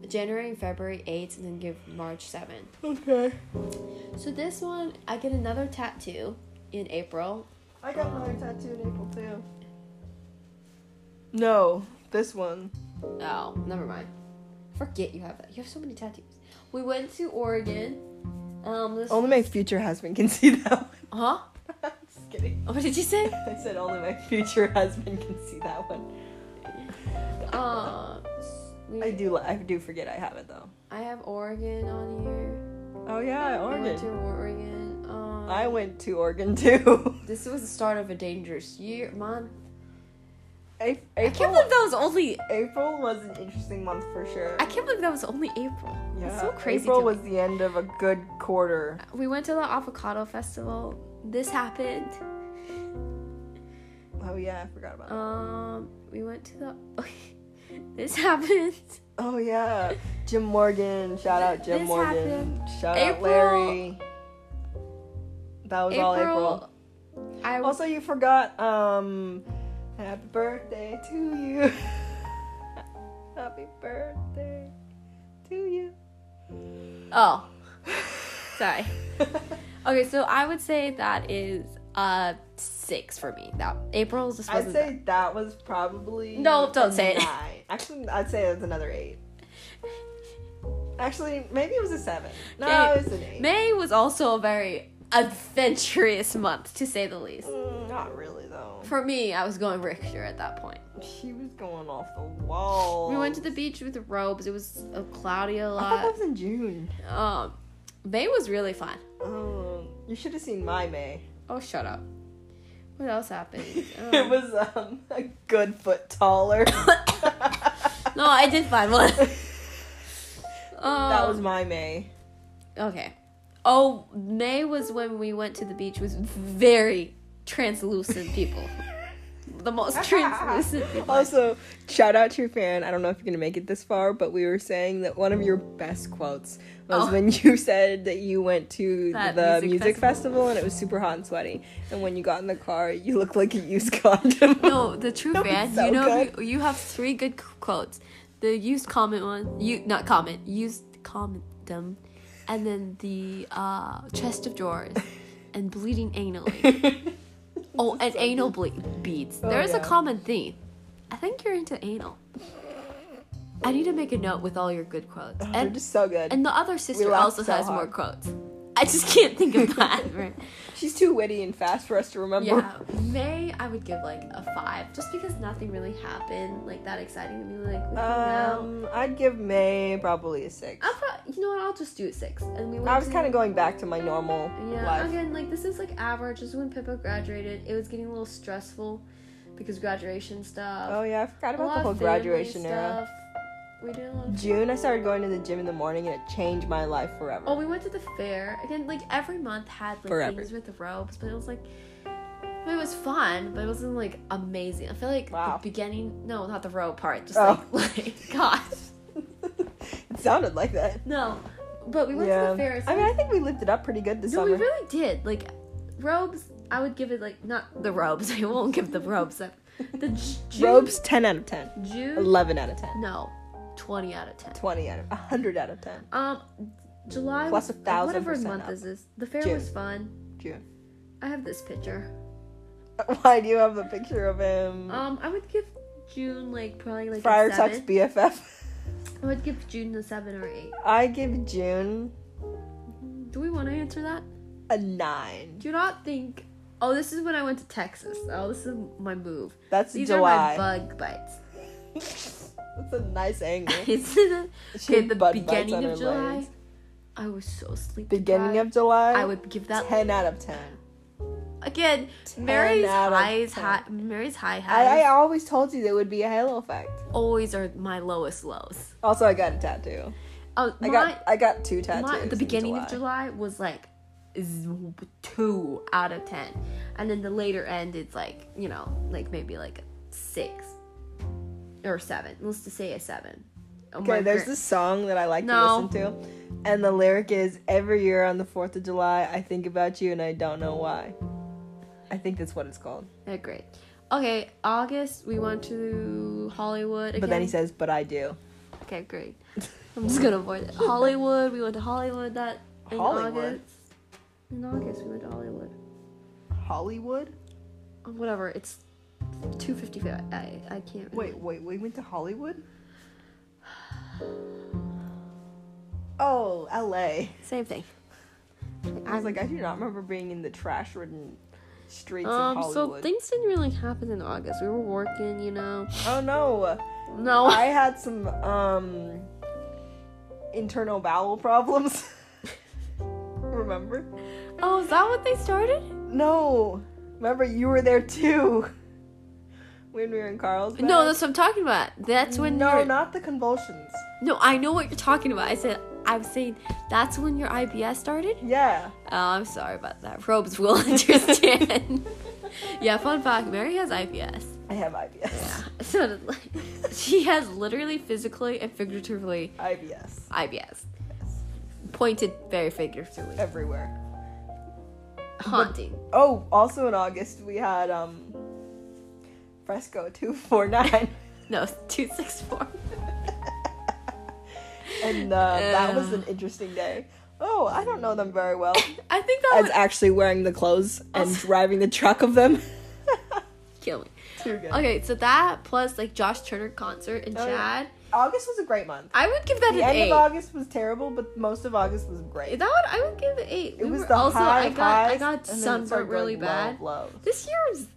Speaker 2: January and February eights, and then give March seven.
Speaker 1: okay.
Speaker 2: So this one, I get another tattoo in April.
Speaker 1: I got another tattoo in April too. No, this one.
Speaker 2: Oh, never mind. Forget you have that. You have so many tattoos. We went to Oregon. Um, this,
Speaker 1: Only my future husband can see that one.
Speaker 2: huh?
Speaker 1: Just kidding.
Speaker 2: What did you say?
Speaker 1: I said only my future husband can see that one.
Speaker 2: Uh, we,
Speaker 1: I do. I do forget I have it though.
Speaker 2: I have Oregon on here.
Speaker 1: Oh yeah,
Speaker 2: I went to
Speaker 1: Oregon.
Speaker 2: Oregon. Um,
Speaker 1: I went to Oregon too.
Speaker 2: This was the start of a dangerous year month.
Speaker 1: A-
Speaker 2: I can't
Speaker 1: April.
Speaker 2: believe that was only.
Speaker 1: April was an interesting month for sure.
Speaker 2: I can't believe that was only April. Yeah, That's so crazy.
Speaker 1: April
Speaker 2: to
Speaker 1: was
Speaker 2: me.
Speaker 1: the end of a good quarter.
Speaker 2: We went to the avocado festival. This happened.
Speaker 1: Oh yeah, I forgot about that.
Speaker 2: Um, we went to the. this happened.
Speaker 1: Oh yeah, Jim Morgan. Shout out Jim
Speaker 2: This
Speaker 1: Morgan. Shout out
Speaker 2: April-
Speaker 1: Larry. That was all April. Oh.
Speaker 2: I was.
Speaker 1: Also, you forgot. Um, happy birthday to you. happy birthday to you.
Speaker 2: Oh, sorry. Okay, so I would say that is uh six for me. That April's just
Speaker 1: I'd
Speaker 2: wasn't.
Speaker 1: say that was probably
Speaker 2: No, don't
Speaker 1: a
Speaker 2: say it.
Speaker 1: nine. Actually, I'd say it was another eight. Actually, maybe it was a seven. No,
Speaker 2: Okay.
Speaker 1: it was an eight.
Speaker 2: May was also a very adventurous month, to say the least.
Speaker 1: Mm, Not really though.
Speaker 2: For me, I was going Richter at that point.
Speaker 1: She was going off the wall.
Speaker 2: We went to the beach with robes. It was uh, cloudy a
Speaker 1: I thought that
Speaker 2: lot.
Speaker 1: was in June.
Speaker 2: Um, May was really fun.
Speaker 1: Um, you should have seen my May.
Speaker 2: Oh, shut up. What else happened?
Speaker 1: It was um a good foot taller.
Speaker 2: no, I did find one. Um,
Speaker 1: that was my May.
Speaker 2: Okay. Oh, May was when we went to the beach with very translucent people. the most translucent people.
Speaker 1: Also, shout out to your fan. I don't know if you're gonna make it this far, but we were saying that one of your best quotes was
Speaker 2: Oh.
Speaker 1: when you said that you went to
Speaker 2: That
Speaker 1: the
Speaker 2: music
Speaker 1: music, festival. and it was super hot and sweaty, and when you got in the car, you looked like a used condom.
Speaker 2: No, the true
Speaker 1: That was
Speaker 2: fan.
Speaker 1: so
Speaker 2: you know,
Speaker 1: good.
Speaker 2: you, you have three good c- quotes. The used comment one, you not comment, used comment them, and then the uh, chest of drawers, and bleeding anally. oh, and anal ble- beads. there is
Speaker 1: Oh, yeah.
Speaker 2: a common theme. I think you're into anal. I need to make a note with all your good quotes.
Speaker 1: They're
Speaker 2: and
Speaker 1: Oh, just so good.
Speaker 2: and the other sister
Speaker 1: laughed
Speaker 2: also
Speaker 1: so
Speaker 2: has more
Speaker 1: hard.
Speaker 2: quotes. I just can't think of that. right?
Speaker 1: She's too witty and fast for us to remember.
Speaker 2: Yeah, May I would give like a five, just because nothing really happened like that exciting to me. Like we hung out.
Speaker 1: Um, I'd give May probably a six.
Speaker 2: I'll pro- you know what? I'll just do a six, and we. Went
Speaker 1: I was
Speaker 2: to-
Speaker 1: kind of going back to my normal
Speaker 2: Yeah,
Speaker 1: life.
Speaker 2: again, like this is like average. This is when Pippa graduated. It was getting a little stressful because graduation stuff.
Speaker 1: Oh yeah, I forgot
Speaker 2: a
Speaker 1: about
Speaker 2: lot
Speaker 1: the
Speaker 2: of
Speaker 1: whole
Speaker 2: family
Speaker 1: graduation era.
Speaker 2: stuff. We did a lot. Of-
Speaker 1: June, I started going to the gym in the morning, and it changed my life forever.
Speaker 2: oh, we went to the fair again. Like every month had like
Speaker 1: Forever.
Speaker 2: things with the robes, but it was like. It was fun, but it wasn't like amazing. I feel like
Speaker 1: Wow.
Speaker 2: the beginning. No, not the robe part. Just
Speaker 1: Oh.
Speaker 2: like, like gosh.
Speaker 1: it sounded like that.
Speaker 2: No, but we went to
Speaker 1: yeah.
Speaker 2: the fair.
Speaker 1: I mean, I think we lived it up pretty good this
Speaker 2: no, we
Speaker 1: summer.
Speaker 2: really did. Like robes, I would give it like not the robes. I won't give the robes. Up. The j- June,
Speaker 1: Robes, 10 out of 10.
Speaker 2: June.
Speaker 1: 11 out of 10.
Speaker 2: No, twenty out of ten.
Speaker 1: 20 out of 100 out of 10.
Speaker 2: Um, July.
Speaker 1: Plus
Speaker 2: was-
Speaker 1: a thousand
Speaker 2: Whatever
Speaker 1: percent
Speaker 2: month
Speaker 1: up.
Speaker 2: is this? The fair
Speaker 1: June.
Speaker 2: was fun.
Speaker 1: June.
Speaker 2: I have this picture.
Speaker 1: Why do you have a picture of him?
Speaker 2: Um, I would give June like probably like
Speaker 1: Friar
Speaker 2: a
Speaker 1: Tuck's
Speaker 2: seven.
Speaker 1: BFF.
Speaker 2: I would give June a seven or eight.
Speaker 1: I give June
Speaker 2: Do we want to answer that?
Speaker 1: a 9.
Speaker 2: Do not think. Oh, this is when I went to Texas. Oh, this is my move.
Speaker 1: That's
Speaker 2: These
Speaker 1: July.
Speaker 2: are my bug bites.
Speaker 1: That's a nice angle.
Speaker 2: It's the,
Speaker 1: She
Speaker 2: okay, the
Speaker 1: bud bites on
Speaker 2: beginning
Speaker 1: her
Speaker 2: of July.
Speaker 1: legs.
Speaker 2: I was so sleepy.
Speaker 1: Beginning of July,
Speaker 2: I would give that
Speaker 1: 10 out of 10.
Speaker 2: again. Mary's
Speaker 1: out of
Speaker 2: highs,
Speaker 1: 10.
Speaker 2: high, Mary's high
Speaker 1: I,
Speaker 2: highs
Speaker 1: I always told you there would be a halo effect.
Speaker 2: always are my lowest lows.
Speaker 1: Also, I got a tattoo.
Speaker 2: Oh,
Speaker 1: I
Speaker 2: my,
Speaker 1: got I got two tattoos.
Speaker 2: my- the
Speaker 1: in
Speaker 2: beginning
Speaker 1: July.
Speaker 2: of July was like z- two out of ten, and then the later end it's like you know like maybe like a six or seven. Let's just say a seven.
Speaker 1: Okay, there's this song that I like
Speaker 2: No.
Speaker 1: to listen to, and the lyric is "Every year on the Fourth of July, I think about you and I don't know why." I think that's what it's called.
Speaker 2: Yeah, great. Okay, August we went to Hollywood. Again.
Speaker 1: But then he says, "But I do."
Speaker 2: Okay, great. I'm just gonna avoid it. Hollywood. We went to Hollywood that in
Speaker 1: Hollywood?
Speaker 2: August. In August, we went to Hollywood.
Speaker 1: Hollywood?
Speaker 2: Oh, Whatever. It's two fifty five. I I can't.
Speaker 1: Wait, wait, we went to Hollywood? Oh, L.A.
Speaker 2: Same thing.
Speaker 1: I was like, I do not remember being in the trash-ridden streets of
Speaker 2: Um. So
Speaker 1: Hollywood.
Speaker 2: things didn't really happen in August. We were working, you know.
Speaker 1: oh no,
Speaker 2: No.
Speaker 1: I had some um internal bowel problems. remember?
Speaker 2: oh, is that what they started?
Speaker 1: No. Remember, you were there too. When we were in Carlsbad.
Speaker 2: No, that's what I'm talking about. That's when.
Speaker 1: no,
Speaker 2: you're-
Speaker 1: not the convulsions.
Speaker 2: No, I know what you're talking about. I said. I'm saying that's when your IBS started.
Speaker 1: Yeah.
Speaker 2: Oh, I'm sorry about that. Robes will understand. yeah, fun fact Mary has IBS.
Speaker 1: I have IBS.
Speaker 2: So, did, like, she has literally, physically, and figuratively
Speaker 1: IBS
Speaker 2: IBS. Pointed very figuratively.
Speaker 1: everywhere.
Speaker 2: Haunting.
Speaker 1: Oh, also in August we had um Fresco two four nine,
Speaker 2: No, 264.
Speaker 1: and uh, that was an interesting day. Oh, I don't know them very well.
Speaker 2: I think that
Speaker 1: As
Speaker 2: would
Speaker 1: actually wearing the clothes and driving the truck of them.
Speaker 2: kill me.
Speaker 1: Too good.
Speaker 2: Okay, so that plus like Josh Turner concert and
Speaker 1: Oh, yeah.
Speaker 2: Chad
Speaker 1: August was a great month.
Speaker 2: I would give that
Speaker 1: The
Speaker 2: an
Speaker 1: end
Speaker 2: eight.
Speaker 1: of August was terrible, but most of August was great.
Speaker 2: that would I would give it eight.
Speaker 1: it
Speaker 2: We
Speaker 1: was
Speaker 2: were-
Speaker 1: the
Speaker 2: also
Speaker 1: high
Speaker 2: I got I
Speaker 1: highs,
Speaker 2: got
Speaker 1: and then it
Speaker 2: sunburned
Speaker 1: started
Speaker 2: really
Speaker 1: going low,
Speaker 2: bad.
Speaker 1: low.
Speaker 2: This year was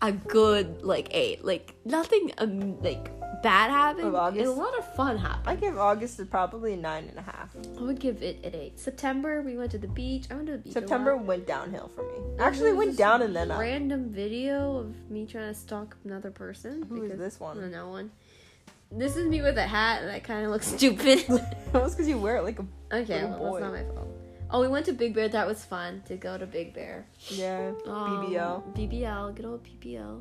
Speaker 2: a good like eight. Like nothing um, like bad happened.
Speaker 1: Of August?
Speaker 2: and A lot of fun happened.
Speaker 1: I give August a probably a nine and a half.
Speaker 2: I would give it an eight. September we went to the beach. I went to the beach. a
Speaker 1: September
Speaker 2: lot.
Speaker 1: went downhill for me.
Speaker 2: There
Speaker 1: Actually, it
Speaker 2: was
Speaker 1: went
Speaker 2: this
Speaker 1: down and then up.
Speaker 2: Random video of me trying to stalk another person.
Speaker 1: Who is
Speaker 2: because-
Speaker 1: this one?
Speaker 2: No, no one. This is me with a hat, and I kind of look stupid.
Speaker 1: It was because you wear it like a
Speaker 2: okay,
Speaker 1: Little
Speaker 2: well,
Speaker 1: boy.
Speaker 2: that's not my fault. Oh, we went to Big Bear. That was fun to go to Big Bear.
Speaker 1: yeah
Speaker 2: Um,
Speaker 1: BBL.
Speaker 2: BBL. Good old PBL.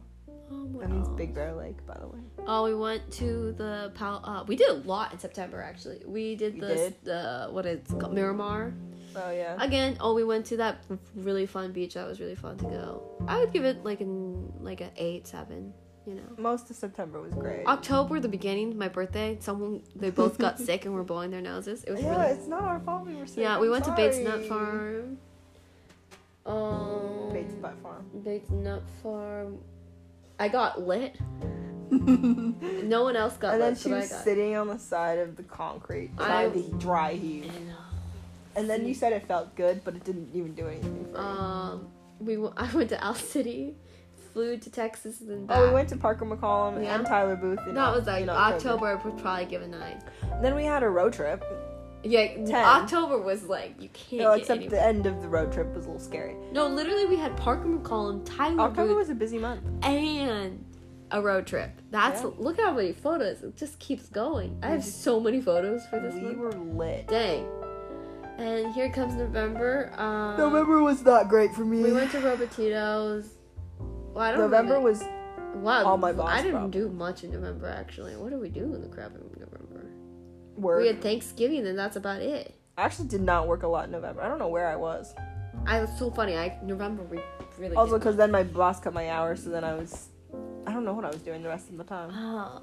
Speaker 2: Um, what
Speaker 1: That means
Speaker 2: else?
Speaker 1: Big Bear Lake, by the way.
Speaker 2: Oh, we went to the Pal. Uh, we did a lot in September actually. We did
Speaker 1: We
Speaker 2: the the what it's called Miramar
Speaker 1: Oh yeah.
Speaker 2: again. Oh, we went to that really fun beach. That was really fun to go. I would give it like an like an eight seven. You know.
Speaker 1: Most of September was great.
Speaker 2: October, the beginning, my birthday. Someone they both got sick and were blowing their noses. It was
Speaker 1: yeah,
Speaker 2: really
Speaker 1: it's not our fault we were sick.
Speaker 2: yeah.
Speaker 1: I'm
Speaker 2: We went to Bates Nut
Speaker 1: sorry.
Speaker 2: Farm. Um,
Speaker 1: Bates Nut Farm.
Speaker 2: Bates Nut Farm. I got lit. No one else got
Speaker 1: and
Speaker 2: lit.
Speaker 1: then she
Speaker 2: but
Speaker 1: was
Speaker 2: I got.
Speaker 1: sitting on the side of the concrete
Speaker 2: I-
Speaker 1: trying to dry heave. And then you said it felt good, but it didn't even do anything. For you.
Speaker 2: Um, we w- I went to Al City, flew to Texas, and then back.
Speaker 1: Oh, we went to Parker McCollum
Speaker 2: Yeah.
Speaker 1: and Tyler Booth. In
Speaker 2: that was like
Speaker 1: in
Speaker 2: October. I would probably give a nine.
Speaker 1: Then we had a road trip.
Speaker 2: Yeah,
Speaker 1: Ten.
Speaker 2: October was like you can't.
Speaker 1: No,
Speaker 2: get
Speaker 1: except
Speaker 2: any-
Speaker 1: the end of the road trip was a little scary.
Speaker 2: No, literally, we had Parker McCollum, Tyler
Speaker 1: October
Speaker 2: Booth,
Speaker 1: was a busy month.
Speaker 2: and a road trip. That's
Speaker 1: Yeah. Mm-hmm.
Speaker 2: look at how many photos. It just keeps going. I have so many photos for this
Speaker 1: We
Speaker 2: month.
Speaker 1: were lit.
Speaker 2: Dang. And here comes November. Um,
Speaker 1: November was not great for me.
Speaker 2: We went to Robertito's. Well, I don't
Speaker 1: November
Speaker 2: remember.
Speaker 1: was
Speaker 2: Wow,
Speaker 1: all my boss
Speaker 2: I didn't
Speaker 1: problems.
Speaker 2: do much in November actually. What do we do in the crap in November?
Speaker 1: work.
Speaker 2: We had Thanksgiving, and that's about it.
Speaker 1: I actually did not work a lot in November. I don't know where I was.
Speaker 2: I was so funny. I November we really
Speaker 1: Also,
Speaker 2: did
Speaker 1: because then my boss cut my hours, so then I was, I don't know what I was doing the rest of the
Speaker 2: much.
Speaker 1: time.
Speaker 2: Oh,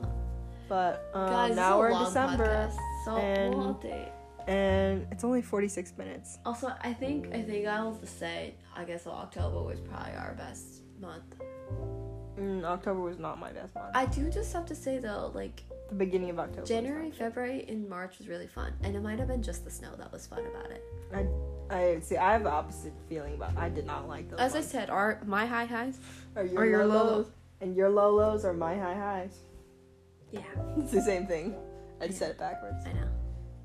Speaker 1: But um,
Speaker 2: guys,
Speaker 1: now we're in December,
Speaker 2: December. So
Speaker 1: and-
Speaker 2: we'll update.
Speaker 1: and it's only forty six minutes.
Speaker 2: Also, I think I think I'll have to say I guess October was probably our best month.
Speaker 1: Mm, October was not my best month.
Speaker 2: I do just have to say though, like
Speaker 1: the beginning of October. was not
Speaker 2: January,
Speaker 1: good.
Speaker 2: February, and March was really fun, and it might have been just the snow that was fun about it.
Speaker 1: I see. I have the opposite feeling, but I did not like those.
Speaker 2: As I
Speaker 1: months.
Speaker 2: said, our my high highs.
Speaker 1: are your,
Speaker 2: are your
Speaker 1: low
Speaker 2: low-
Speaker 1: lows, and your low lows are my high highs.
Speaker 2: Yeah,
Speaker 1: It's the same thing. I just said it backwards.
Speaker 2: I know.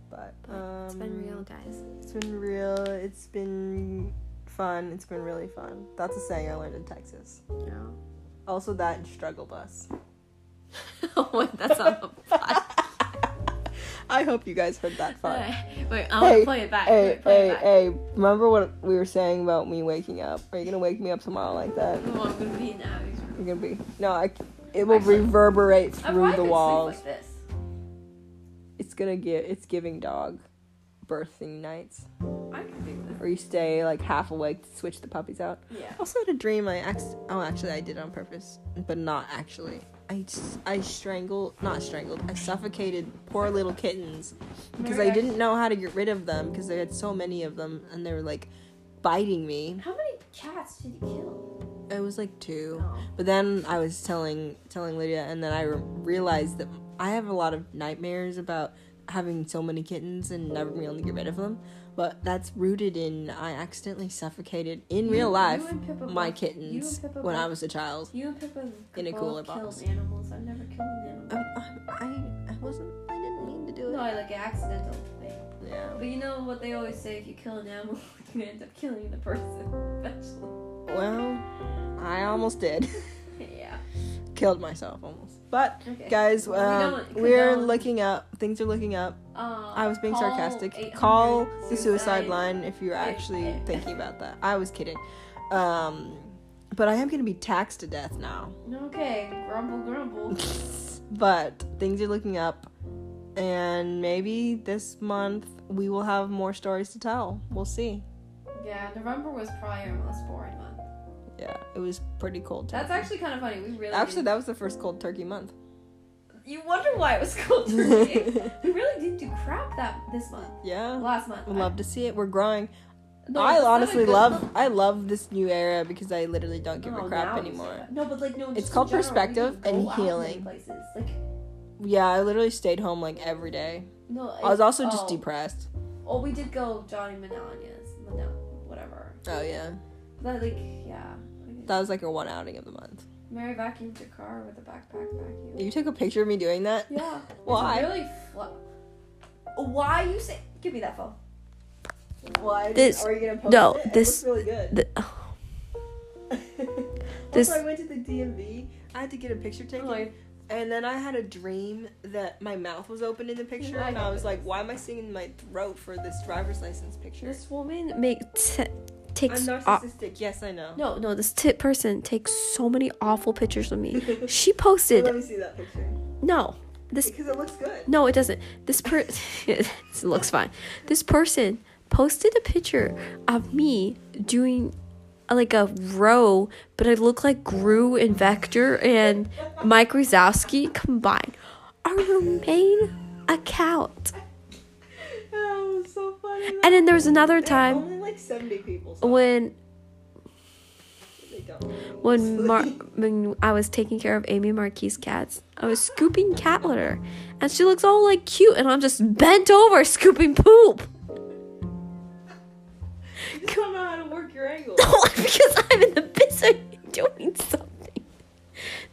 Speaker 1: But
Speaker 2: But
Speaker 1: um,
Speaker 2: it's been real, guys.
Speaker 1: It's been real. It's been fun. It's been really fun. That's a saying I learned in Texas.
Speaker 2: No.
Speaker 1: Also, that and struggle bus.
Speaker 2: oh, wait, that's not a pod.
Speaker 1: I hope you guys heard that fun.
Speaker 2: Wait, I want
Speaker 1: Hey,
Speaker 2: to play it back.
Speaker 1: Hey,
Speaker 2: Wait, play
Speaker 1: hey,
Speaker 2: it back.
Speaker 1: hey, remember what we were saying about me waking up? Are you gonna wake me up tomorrow like that?
Speaker 2: Oh, I'm gonna be in Abby's room.
Speaker 1: You're gonna be. No, I, c- it will
Speaker 2: Actually-
Speaker 1: reverberate
Speaker 2: I
Speaker 1: through
Speaker 2: probably
Speaker 1: the
Speaker 2: could
Speaker 1: walls.
Speaker 2: Sleep like this.
Speaker 1: It's gonna get. It's giving dog birthing nights.
Speaker 2: I can do
Speaker 1: Or you stay like half awake to switch the puppies out.
Speaker 2: this. Yeah.
Speaker 1: also had a dream I acc- oh actually I did it on purpose, but not actually. I s- I strangled not strangled I suffocated poor little kittens because I didn't know how to get rid of them because they had so many of them and they were like biting me.
Speaker 2: How many cats did you kill?
Speaker 1: It was like two,
Speaker 2: Oh.
Speaker 1: but then I was telling telling Lydia and then I re- realized that I have a lot of nightmares about having so many kittens and never being able to get rid of them. But that's rooted in I accidentally suffocated in real life
Speaker 2: and Pippa
Speaker 1: my
Speaker 2: both- you and
Speaker 1: kittens
Speaker 2: Pippa
Speaker 1: when I
Speaker 2: both-
Speaker 1: was a child.
Speaker 2: You and Pippa
Speaker 1: In a
Speaker 2: both
Speaker 1: cooler
Speaker 2: killed
Speaker 1: box.
Speaker 2: animals. I've never killed an animal.
Speaker 1: Um, I, I I wasn't I didn't mean to do it.
Speaker 2: No, I like an accidental thing.
Speaker 1: Yeah.
Speaker 2: But you know what they always say: if you kill an animal, you end up killing the person eventually.
Speaker 1: Well, I almost did.
Speaker 2: yeah.
Speaker 1: Killed myself almost. But
Speaker 2: Okay.
Speaker 1: guys,
Speaker 2: We
Speaker 1: um,
Speaker 2: don't
Speaker 1: we are
Speaker 2: condone-
Speaker 1: looking up. Things are looking up.
Speaker 2: Um,
Speaker 1: I was being
Speaker 2: call
Speaker 1: sarcastic.
Speaker 2: 800
Speaker 1: Call the suicide
Speaker 2: suicide.
Speaker 1: line if you're actually
Speaker 2: Suicide.
Speaker 1: thinking about that. I was kidding. Um, but I am gonna be taxed to death now.
Speaker 2: Okay, grumble, grumble.
Speaker 1: But things are looking up, and maybe this month we will have more stories to tell. We'll see.
Speaker 2: yeah, November was probably our most boring month.
Speaker 1: Yeah, it was pretty cold.
Speaker 2: That's actually kind of funny. We really
Speaker 1: Actually,
Speaker 2: didn't-
Speaker 1: that was the first cold turkey month.
Speaker 2: you wonder why it was called turkey. we really didn't do crap that this month.
Speaker 1: yeah,
Speaker 2: Last month,
Speaker 1: would love to see it. We're growing.
Speaker 2: No,
Speaker 1: I
Speaker 2: it's not a
Speaker 1: honestly
Speaker 2: good
Speaker 1: love.
Speaker 2: month.
Speaker 1: I love this new era because I literally don't give
Speaker 2: Oh,
Speaker 1: a crap
Speaker 2: now it's
Speaker 1: anymore.
Speaker 2: like- No, but like no. just in
Speaker 1: called
Speaker 2: general, we didn't
Speaker 1: perspective
Speaker 2: go
Speaker 1: and
Speaker 2: out many
Speaker 1: healing.
Speaker 2: Places like
Speaker 1: Yeah, I literally stayed home like every day.
Speaker 3: No,
Speaker 1: I was also just
Speaker 3: depressed.
Speaker 1: depressed.
Speaker 3: Oh, we did go Johnny Manalia's, Manal, whatever.
Speaker 1: Oh yeah,
Speaker 3: But like, yeah. Okay.
Speaker 1: that was like a one outing of the month.
Speaker 3: Mary vacuumed your car with a backpack vacuum.
Speaker 1: You took a picture of me doing that.
Speaker 3: Yeah.
Speaker 1: Why?
Speaker 3: It's really fla- Why you say? Give me that phone.
Speaker 1: Why?
Speaker 2: This-
Speaker 1: are you gonna post
Speaker 2: no,
Speaker 1: it? It
Speaker 2: this-
Speaker 1: looks really good.
Speaker 2: The, this-
Speaker 1: this. Oh, Also, I went to the DMV. I had to get a picture taken. And then I had a dream that my mouth was open in the picture,
Speaker 3: I
Speaker 1: and
Speaker 3: know
Speaker 1: I was
Speaker 3: what it
Speaker 1: like, "Why am I singing my throat for this driver's license picture?"
Speaker 2: this woman makes
Speaker 1: I'm
Speaker 2: takes off.
Speaker 1: narcissistic. yes, I know.
Speaker 2: No, no, this tit person takes so many awful pictures of me. She
Speaker 1: Let
Speaker 2: posted
Speaker 1: me see that picture
Speaker 2: no. This
Speaker 1: because it looks good.
Speaker 2: no, it doesn't. This per it looks fine. This person posted a picture of me doing uh, like a row, but I look like Gru and Vector and Mike Rizowski combined. I remain a count.
Speaker 1: That was Oh, so funny. though.
Speaker 2: And then there was another
Speaker 1: They-
Speaker 2: time
Speaker 1: Only like 70 people. saw
Speaker 2: when
Speaker 1: it. They don't.
Speaker 2: when Mar- when I was taking care of Amy Marquis cats, I was scooping cat litter, and she looks all like cute, and I'm just bent over scooping poop
Speaker 1: You just don't know how to work your angle.
Speaker 2: because I'm in the business of doing something.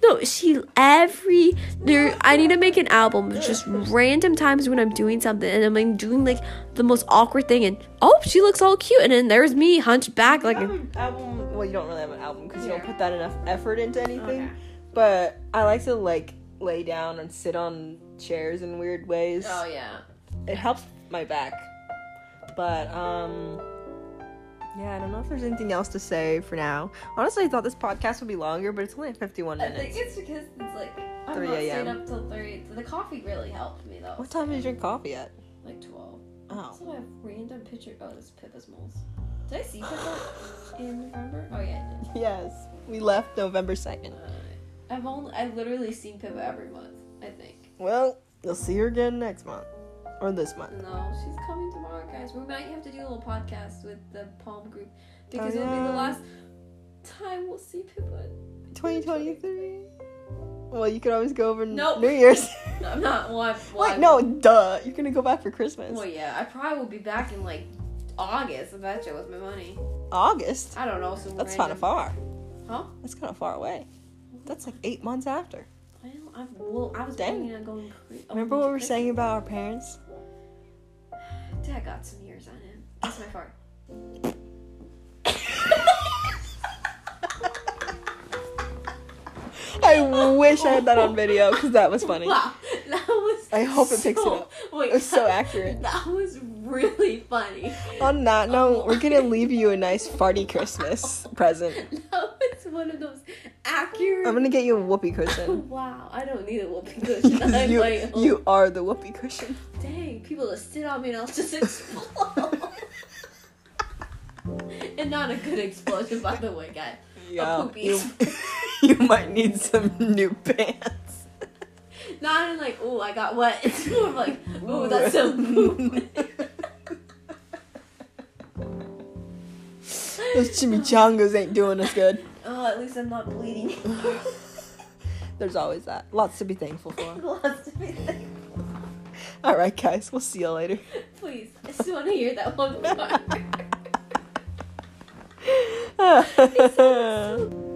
Speaker 2: No, she every there. I need to make an album of just random times when I'm doing something, and I'm like, doing like the most awkward thing, and oh, she looks all cute, and then there's me hunchback like.
Speaker 1: I have
Speaker 2: a-
Speaker 1: an album. Well, you don't really have an album because you
Speaker 3: Yeah.
Speaker 1: don't put that enough effort into anything.
Speaker 3: Okay.
Speaker 1: But I like to like lay down and sit on chairs in weird ways.
Speaker 3: Oh yeah.
Speaker 1: It helps my back. But um, yeah, I don't know if there's anything else to say for now. Honestly, I thought this podcast would be longer, but it's only 51
Speaker 3: I think
Speaker 1: minutes.
Speaker 3: it's because it's like I'm
Speaker 1: 3
Speaker 3: not staying
Speaker 1: a.m..
Speaker 3: up till three. The coffee really helped me though.
Speaker 1: What time did you drink coffee at?
Speaker 3: Like twelve.
Speaker 1: Oh,
Speaker 3: Also, I have random picture. Oh, this is Pippa's moles. Did I see Pippa in November? Oh yeah, I did.
Speaker 1: yes. We left November 2nd.
Speaker 3: Uh, I've only I literally seen Pippa every month. I think.
Speaker 1: Well, you'll see her again next month or this month.
Speaker 3: No, she's coming tomorrow, guys. We might have to do a little podcast with the Palm Group because
Speaker 1: Oh,
Speaker 3: it'll be the
Speaker 1: yeah.
Speaker 3: last time we'll see Pippa.
Speaker 1: 2023. Well, you could always go over n-
Speaker 3: Nope.
Speaker 1: New Year's.
Speaker 3: No, I'm not. Well, I'm, well,
Speaker 1: Wait,
Speaker 3: I'm-
Speaker 1: no, duh. You're gonna go back for Christmas.
Speaker 3: Well, yeah, I probably will be back in like August. I bet you with my money.
Speaker 1: August.
Speaker 3: I don't know. Some
Speaker 1: That's kind
Speaker 3: random...
Speaker 1: of far.
Speaker 3: Huh?
Speaker 1: That's kind of far away. That's like eight months after.
Speaker 3: Well, I, well, I was
Speaker 1: Dang.
Speaker 3: planning on going. Cre- oh,
Speaker 1: Remember what we were
Speaker 3: Christmas.
Speaker 1: saying about our parents?
Speaker 3: Dad got some years on him. That's my fart.
Speaker 1: I wish I had that on video because that was funny.
Speaker 3: Wow, that was.
Speaker 1: I hope it picks it
Speaker 3: so-
Speaker 1: up.
Speaker 3: Wait,
Speaker 1: It was so
Speaker 3: that-
Speaker 1: accurate.
Speaker 3: That was really funny.
Speaker 1: On that
Speaker 3: Oh
Speaker 1: note, we're gonna leave you a nice farty Christmas present.
Speaker 3: That was one of those accurate.
Speaker 1: I'm gonna get you a whoopee cushion.
Speaker 3: Wow, I don't need a whooping cushion.
Speaker 1: Because
Speaker 3: I'm
Speaker 1: you,
Speaker 3: like, oh,
Speaker 1: you are the whoopee cushion.
Speaker 3: dang, people just sit on me and I'll just explode. and not a good explosion, by the way, guys.
Speaker 1: Yeah,
Speaker 3: poopy.
Speaker 1: you, you might need some new pants.
Speaker 3: Not in like, oh, I got wet. It's more of like, oh, that's so poop.
Speaker 1: Those chimichangas ain't doing us good.
Speaker 3: Oh, at least I'm not bleeding.
Speaker 1: There's always that. Lots to be thankful for.
Speaker 3: Lots of things.
Speaker 1: All right, guys, we'll see you later.
Speaker 3: Please, I just want to hear that one more.